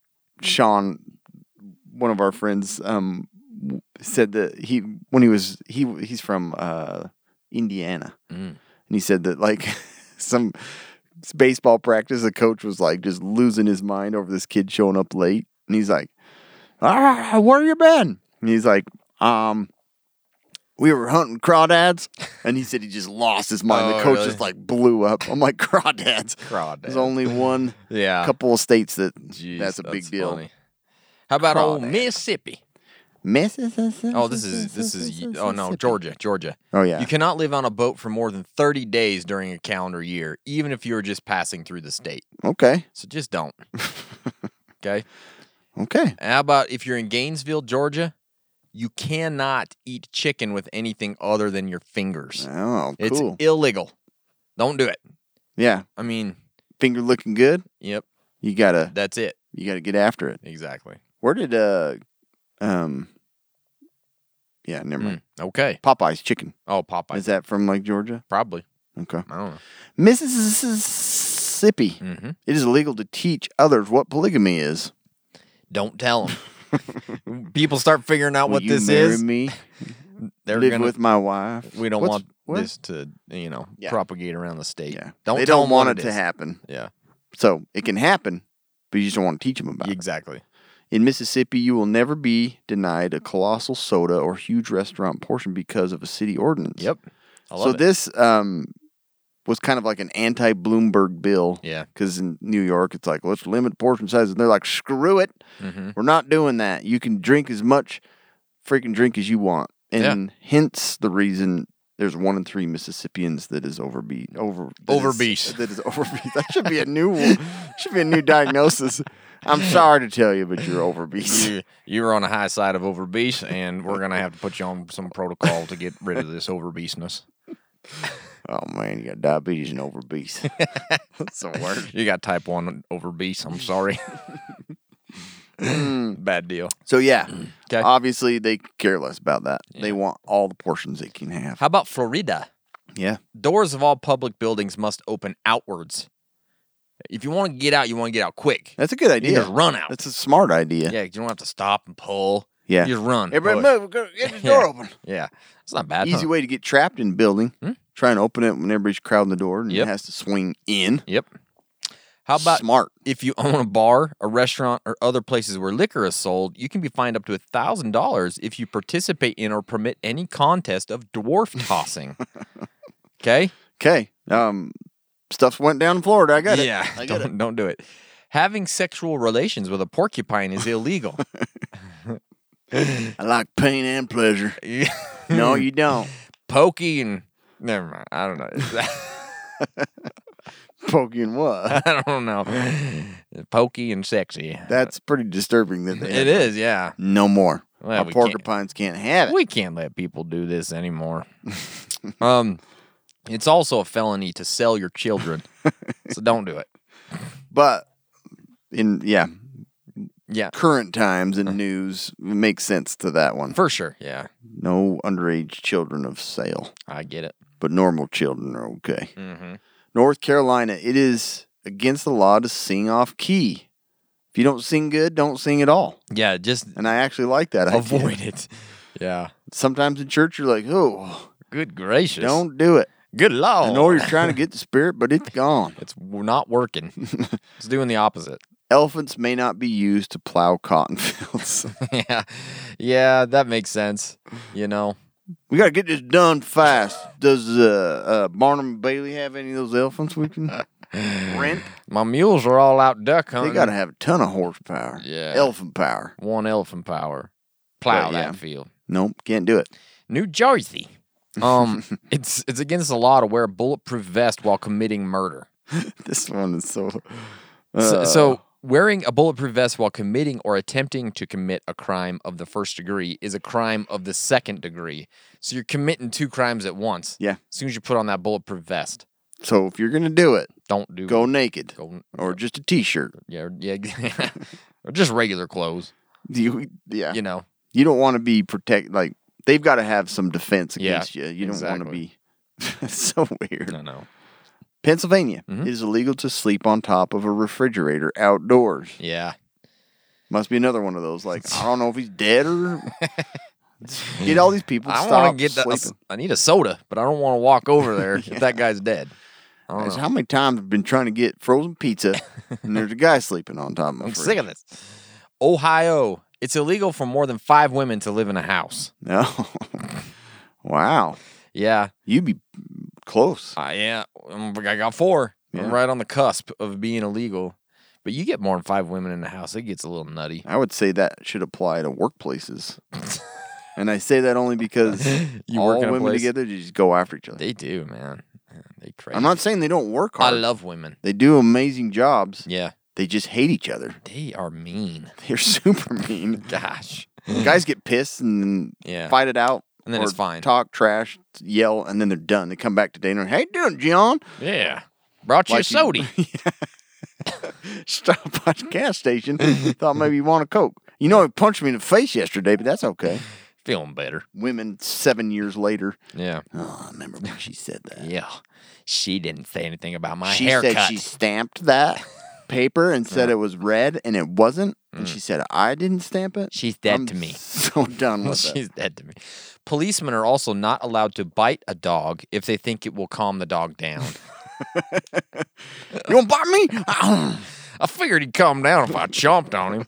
Sean, one of our friends, um,
Mm.
w- said that he when he was he he's from uh, Indiana, and he said that like some baseball practice, the coach was like just losing his mind over this kid showing up late, and he's like, "Ah, where you been?" And he's like, "Um." We were hunting crawdads, and he said he just lost his mind. the
Oh,
coach
really?
just like blew up. I'm like crawdads. There's
Crawdads.
only one,
Yeah.
couple of states that
Jeez,
that's a big deal.
funny. How about old
Crawdads.
Mississippi?
Mississippi.
Oh, this is this is oh no, Georgia, Georgia.
Oh, yeah.
You cannot live on a boat for more than 30 days during a calendar year, even if you're just passing through the state.
Okay.
So just don't. okay?
Okay.
And how about if you're in Gainesville, Georgia, you cannot eat chicken with anything other than your fingers.
Oh,
It's
cool.
illegal. Don't do it.
yeah.
I mean,
Finger looking good.
yep,
You gotta
that's it.
you gotta get after it.
Exactly.
Where did uh um yeah, never mind.
Mm, Okay.
Popeye's chicken.
Oh, Popeye.
Is that from like Georgia?
Probably.
Okay.
I don't know.
Mississippi.
Mhm.
It is illegal to teach others what polygamy is.
Don't tell them. People start figuring out
Will
what
you
this
marry
is.
me?
They're
live
gonna.
with my wife.
we don't
What's-
want
what?
this to, you know,
Yeah.
propagate around the state.
Yeah.
Don't.
they
tell
don't
'em
want
what
it to
is.
happen.
Yeah.
So it can happen, but you just don't want to teach them about it.
Exactly.
In Mississippi, you will never be denied a colossal soda or huge restaurant portion because of a city ordinance.
Yep. I love
so
it.
this um, was kind of like an anti-Bloomberg bill.
Yeah.
Because in New York, it's like let's limit portion sizes, and they're like, screw it,
Mm-hmm.
we're not doing that. You can drink as much freaking drink as you want, and hence the reason. There's one in three Mississippians that is overbeat. Over that is-
Overbeat.
That is overbeat. That should be a new should be a new diagnosis. I'm sorry to tell you, but you're overbeat.
you, you were on the high side of overbeast, and we're gonna have to put you on some protocol to get rid of this overbeastness.
Oh man, you got diabetes and overbeat. That's the worst.
You got type one overbeast. I'm sorry. Bad deal.
So yeah,
'Kay.
obviously they care less about that. They want all the portions they can have.
How about Florida?
yeah.
Doors of all public buildings must open outwards. If you want to get out, you want to get out quick.
That's a good
You
idea.
just run out.
That's a smart idea.
yeah, you don't have to stop and pull.
Yeah.
you just run.
Everybody
push.
move. Go- Get the door
Yeah.
open.
Yeah, it's not bad.
Easy
huh?
way to get trapped in building.
Hmm?
Try and open it when everybody's crowding the door and
Yep.
it has to swing in.
Yep. How about
smart?
if you own a bar, a restaurant, or other places where liquor is sold, you can be fined up to thousand dollars if you participate in or permit any contest of dwarf tossing. okay.
Okay. Um, stuff went down in Florida. I got it.
yeah.
I got
don't don't do it. Having sexual relations with a porcupine is illegal.
it. I like pain and pleasure.
You-
no, you don't.
Pokey and never mind. I don't know.
Poking what?
I don't know. Pokey and sexy.
That's pretty disturbing that they have
It is, yeah.
No more.
Well,
Our
we can't-
porcupines can't. have it.
We can't let people do this anymore. um, it's also a felony to sell your children, so don't do it.
But in yeah,
Mm-hmm. Yeah,
current times and news makes sense to that one.
for sure. Yeah,
No underage children of sale,
I get it.
but normal children are okay. North Carolina, it is against the law to sing off key. If you don't sing good, don't sing at all.
Yeah, just
And I actually like that. idea.
avoid it. Yeah.
Sometimes in church, you're like, oh,
Good gracious.
don't do it.
Good lord.
I know you're trying to get the spirit, but it's gone.
It's w- not working. it's doing the opposite.
Elephants may not be used to plow cotton fields.
yeah, yeah, that makes sense. You know.
We gotta get this done fast. Does uh, uh, Barnum and Bailey have any of those elephants we can rent?
My mules are all out duck
They
hunting.
gotta have a ton of horsepower.
Yeah.
elephant power.
one elephant power. Plow
But, yeah.
that field.
Nope, can't do it.
New Jersey. Um, it's it's against the law to wear a bulletproof vest while committing murder.
This one is so.
So,
uh,
so wearing a bulletproof vest while committing or attempting to commit a crime of the first degree is a crime of the second degree. So you're committing two crimes at once.
Yeah.
As soon as you put on that bulletproof vest,
so if you're gonna do it,
don't do
go naked
go
or just a t-shirt.
yeah yeah or just regular clothes.
You, yeah,
You know.
you don't want to be protect. Like they've got to have some defense
Yeah,
against you. You don't want to
exactly.
be. It's so weird.
No no.
Pennsylvania,
Mm-hmm.
it is illegal to sleep on top of a refrigerator outdoors.
Yeah.
Must be another one of those. Like I don't know if he's dead or Get all these people to
I
stop
want to get that.
sleeping.
I need a soda, but I don't want to walk over there if that guy's dead. I don't
Guys,
know.
How many times I've been trying to get frozen pizza, and there's a guy sleeping on top of my
I'm
fridge.
sick of this. Ohio, it's illegal for more than five women to live in a house.
No. wow.
Yeah,
You'd be close.
I yeah, um, I got four.
Uh, Yeah.
I'm right on the cusp of being illegal. But you get more than five women in the house, it gets a little nutty.
I would say that should apply to workplaces. and I say that only because
You
all
work in a
women
place-
together they just go after each other.
They do, man. They crazy.
I'm not saying they don't work
I
hard.
love women.
they do amazing jobs.
Yeah,
They just hate each other.
they are mean.
They're super mean.
Gosh.
Guys get pissed and then
Yeah.
fight it out.
And then
or
it's fine.
Talk trash, yell, and then they're done. They come back to dinner. Hey, doing, John?
Yeah. Brought you a
Like you-
soda.
Stop by the gas station. Thought maybe you want a coke. You know, he punched me in the face yesterday, but that's okay.
Feeling better.
Women seven years later.
Yeah.
Oh, I remember when she said that.
Yeah. She didn't say anything about my
she
haircut. Uh-huh.
said she stamped that paper and said it was red and it wasn't. And she said, I didn't stamp it.
Mm. She's dead
I'm
to me.
So done with that.
She's dead to me. Policemen are also not allowed to bite a dog if they think it will calm the dog down.
You want to bite me?
I figured he'd calm down if I chomped on him.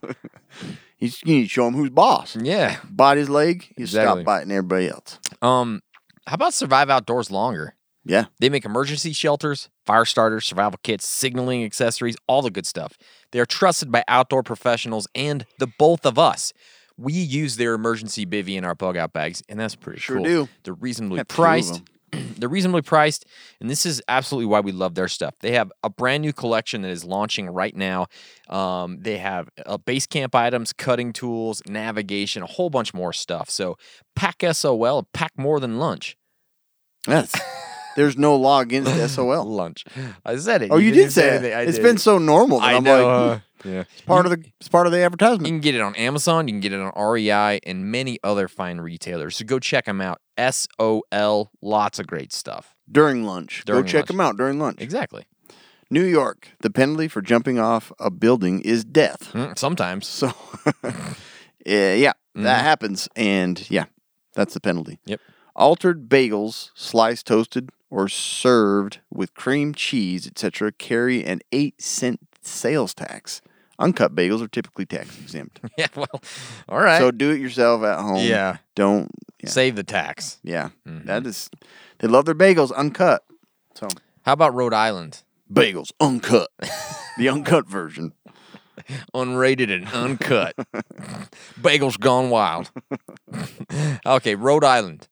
He's, you need to show him who's boss.
Yeah.
Bite his leg, he'll
Exactly.
stop biting everybody else.
Um, how about survive outdoors longer?
Yeah.
They make emergency shelters, fire starters, survival kits, signaling accessories, all the good stuff. They are trusted by outdoor professionals and the both of us. We use their emergency bivy in our bug out bags, and that's pretty
Sure
cool.
do.
They're reasonably
Got two of
priced. They're reasonably priced, and this is absolutely why we love their stuff. They have a brand new collection that is launching right now. Um, they have uh, base camp items, cutting tools, navigation, a whole bunch more stuff. So pack SOL, pack more than lunch.
Yes. There's no law against SOL.
Lunch. I said it.
Oh, you,
didn't
did say
anything. I
that. It's
did.
been so normal that
I
am
know.
like,
uh, yeah.
It's part of the it's part of the
You
advertisement.
can get it on Amazon. You can get it on REI and many other fine retailers. So go check them out. SOL, lots of great stuff.
During lunch.
During
Go check
lunch.
them out during lunch.
Exactly.
New York, the penalty for jumping off a building is death.
Mm, Sometimes.
So yeah, yeah, that happens and yeah, that's the penalty.
Mm-hmm. Yep.
Altered bagels, sliced toasted or served with cream cheese, etc., carry an 8 cent sales tax. Uncut bagels are typically tax exempt.
Yeah. Well, all right.
So do it yourself at home.
Yeah. Mm-hmm.
Don't yeah.
Save the tax.
Yeah, that is. They love their bagels uncut. So
How about Rhode Island?
bagels uncut, the uncut version.
Unrated and uncut. Bagels gone wild. okay, Rhode Island.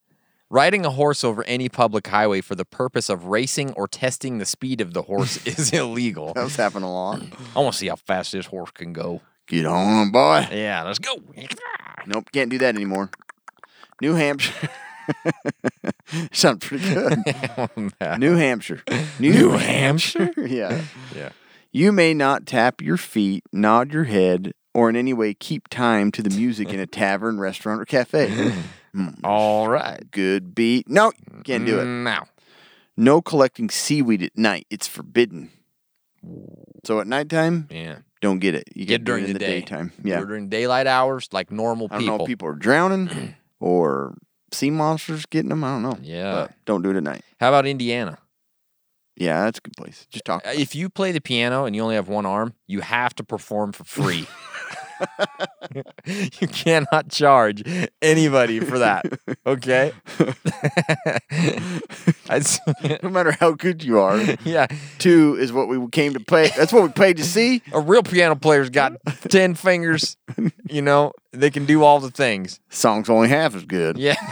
Riding a horse over any public highway for the purpose of racing or testing the speed of the horse is illegal.
That was happening a lot.
I want to see how fast this horse can go.
Get on 'em, boy.
Yeah, let's go.
Nope, can't do that anymore. New Hampshire. Sounds pretty good. New Hampshire. New,
Hampshire?
yeah.
Yeah.
You may not tap your feet, nod your head, or in any way keep time to the music in a tavern, restaurant, or
Mm.
cafe.
All right.
Good beat. No, can't do it.
Now,
No collecting seaweed at night. It's forbidden. So at nighttime,
yeah.
don't get it. You
Get
do it
during
in
the,
the
day.
daytime.
Do
Yeah.
it During daylight hours, like normal
I
people.
don't know if people are drowning or sea monsters getting them. I don't know.
Yeah.
But don't do it at night.
How about Indiana?
Yeah, that's a good place. Just talk.
Uh, If you play the piano and you only have one arm, you have to perform for free. you cannot charge anybody for that. Okay. That's-
no matter how good you are,
yeah.
two is what we came to pay. That's what we paid to see.
A real piano player's got 10 fingers, you know, they can do all the things.
Song's only half as good.
Yeah.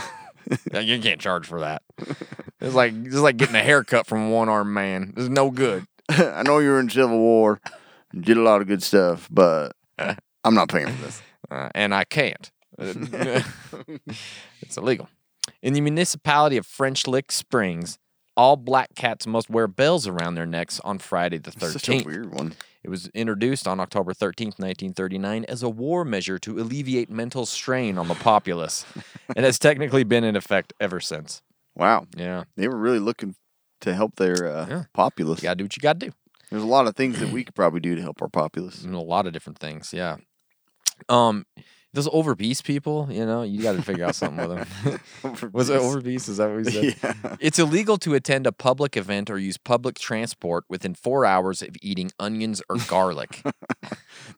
Yeah, you can't charge for that. It's like it's like getting a haircut from one armed man. It's no good.
I know you were in Civil War, and did a lot of good stuff, but I'm not paying for this.
uh, and I can't. Uh, it's illegal. In the municipality of French Lick Springs, all black cats must wear bells around their necks on Friday the 13th.
Such a weird one.
It was introduced on October 13th, 1939, as a war measure to alleviate mental strain on the populace and has technically been in effect ever since.
Wow.
Yeah.
They were really looking to help their uh,
Yeah.
populace.
You got to do what you got to do.
There's a lot of things that we could probably do to help our populace.
And a lot of different things. Yeah. Um, Those overbeast people, you know, you got to figure out something with them. Was it overbeast? Is that what we said?
Yeah.
It's illegal to attend a public event or use public transport within four hours of eating onions or garlic.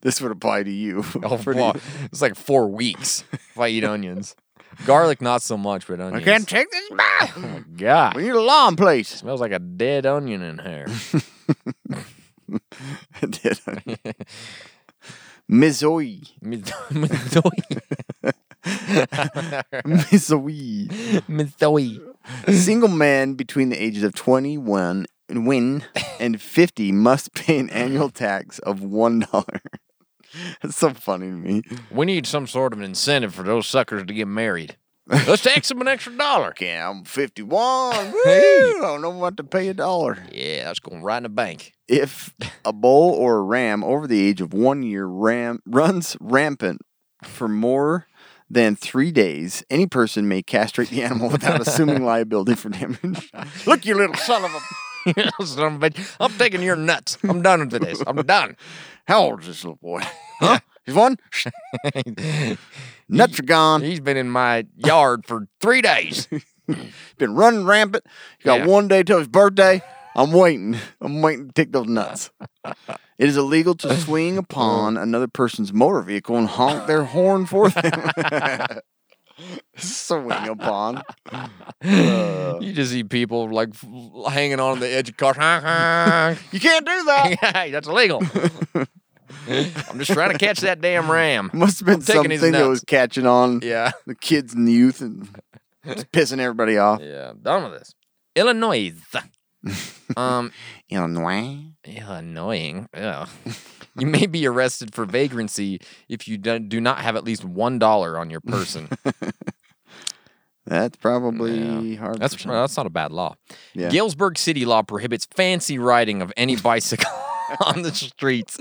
This would apply to you.
Oh,
Pretty-
wow. It's like four weeks if I eat onions. Garlic, not so much, but onions.
take this back.
God.
We need a lawn place.
Smells like a dead onion in here.
Did I? Missouri.
Mizoy.
Missouri. Single men between the ages of 21 and win and 50 must pay an annual tax of $1. That's so funny to me.
We need some sort of an incentive for those suckers to get married. Let's tax them an extra dollar.
Okay, I'm 51. Woo! I don't know what to pay a dollar.
Yeah, that's going right in the bank.
If a bull or a ram over the age of one year ram runs rampant for more than three days, any person may castrate the animal without assuming liability for damage. Look, you little son of a.
Son of a bitch. I'm taking your nuts. I'm done with this. I'm done.
How old is this little boy? Huh? He's one? Nuts are gone.
He's been in my yard for three days.
Been running rampant. You got
Yeah.
one day till his birthday. I'm waiting. I'm waiting to take those nuts. It is illegal to swing upon another person's motor vehicle and honk their horn for them. swing upon. Uh,
You just see people like f- hanging on the edge of cars. Honk, honk.
You can't do that.
hey, that's illegal. I'm just trying to catch that damn ram.
Must have been
taking
something
his
that
nuts.
was catching on
Yeah.
the kids and the youth and just pissing everybody off.
Yeah, I'm done with this. Illinois. um,
Illinois.
yeah, annoying. Yeah. You may be arrested for vagrancy if you do do not have at least one dollar on your person.
That's probably hard.
That's
for some-
that's not a bad law.
Yeah.
Galesburg city law prohibits fancy riding of any bicycle on the streets,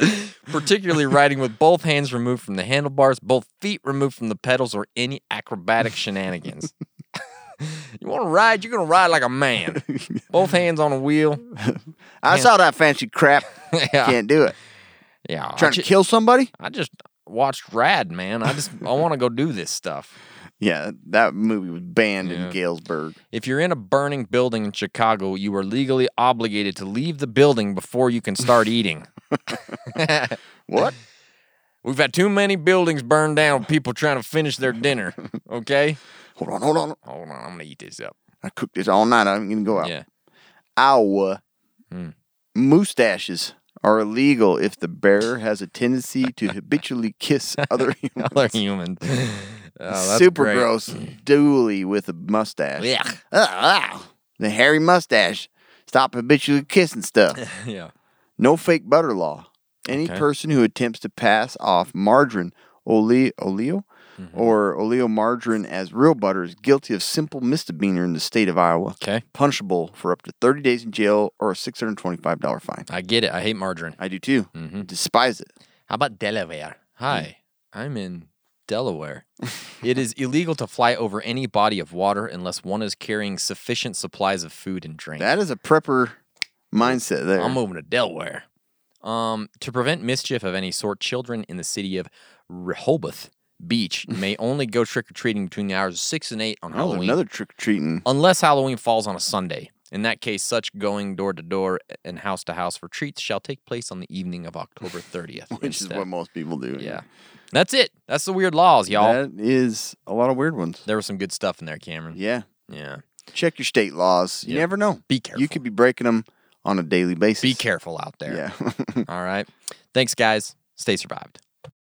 particularly riding with both hands removed from the handlebars, both feet removed from the pedals, or any acrobatic shenanigans. you want to ride? You're gonna ride like a man. Both hands on a wheel.
I saw that fancy crap. Can't do it.
Yeah, I,
Trying
ju-
to kill somebody?
I just watched Rad, man. I just I want to go do this stuff.
Yeah, that movie was banned
Yeah.
in Galesburg.
If you're in a burning building in Chicago, you are legally obligated to leave the building before you can start eating.
What?
We've had too many buildings burned down with people trying to finish their dinner. Okay?
hold on, hold on.
Hold on, I'm gonna eat this up.
I cooked this all night. I'm gonna go out.
Yeah.
Iowa.
Hmm.
Mustaches are illegal if the bearer has a tendency to habitually kiss other humans.
Other humans. Oh, that's
Super
great.
gross. Dooley with a mustache.
Yeah.
Ah, ah. The hairy mustache. Stop habitually kissing stuff.
Yeah.
No fake butter law. Any
Okay.
person who attempts to pass off margarine, ole- oleo,
Mm-hmm.
or oleomargarine as real butter is guilty of simple misdemeanor in the state of Iowa,
Okay.
punishable for up to 30 days in jail or a $625 fine.
I get it. I hate margarine.
I do too.
Mm-hmm.
Despise it.
How about Delaware?
Mm.
Hi, I'm in Delaware. it is illegal to fly over any body of water unless one is carrying sufficient supplies of food and drink.
That is a prepper mindset there.
I'm moving to Delaware. Um, to prevent mischief of any sort, children in the city of Rehoboth Beach may only go trick or treating between the hours of six and eight on
oh,
Halloween,
another trick or treating.
unless Halloween falls on a Sunday. In that case, such going door to door and house to house for treats shall take place on the evening of October 30th.
Which is
instead.
what most people do.
Yeah. That's it. That's the weird laws, y'all.
That is a lot of weird ones.
There was some good stuff in there, Cameron.
Yeah.
Yeah.
Check your state laws. You
Yeah.
never know.
Be careful.
You could be breaking them on a daily basis.
Be careful out there.
Yeah.
All right. Thanks, guys. Stay survived.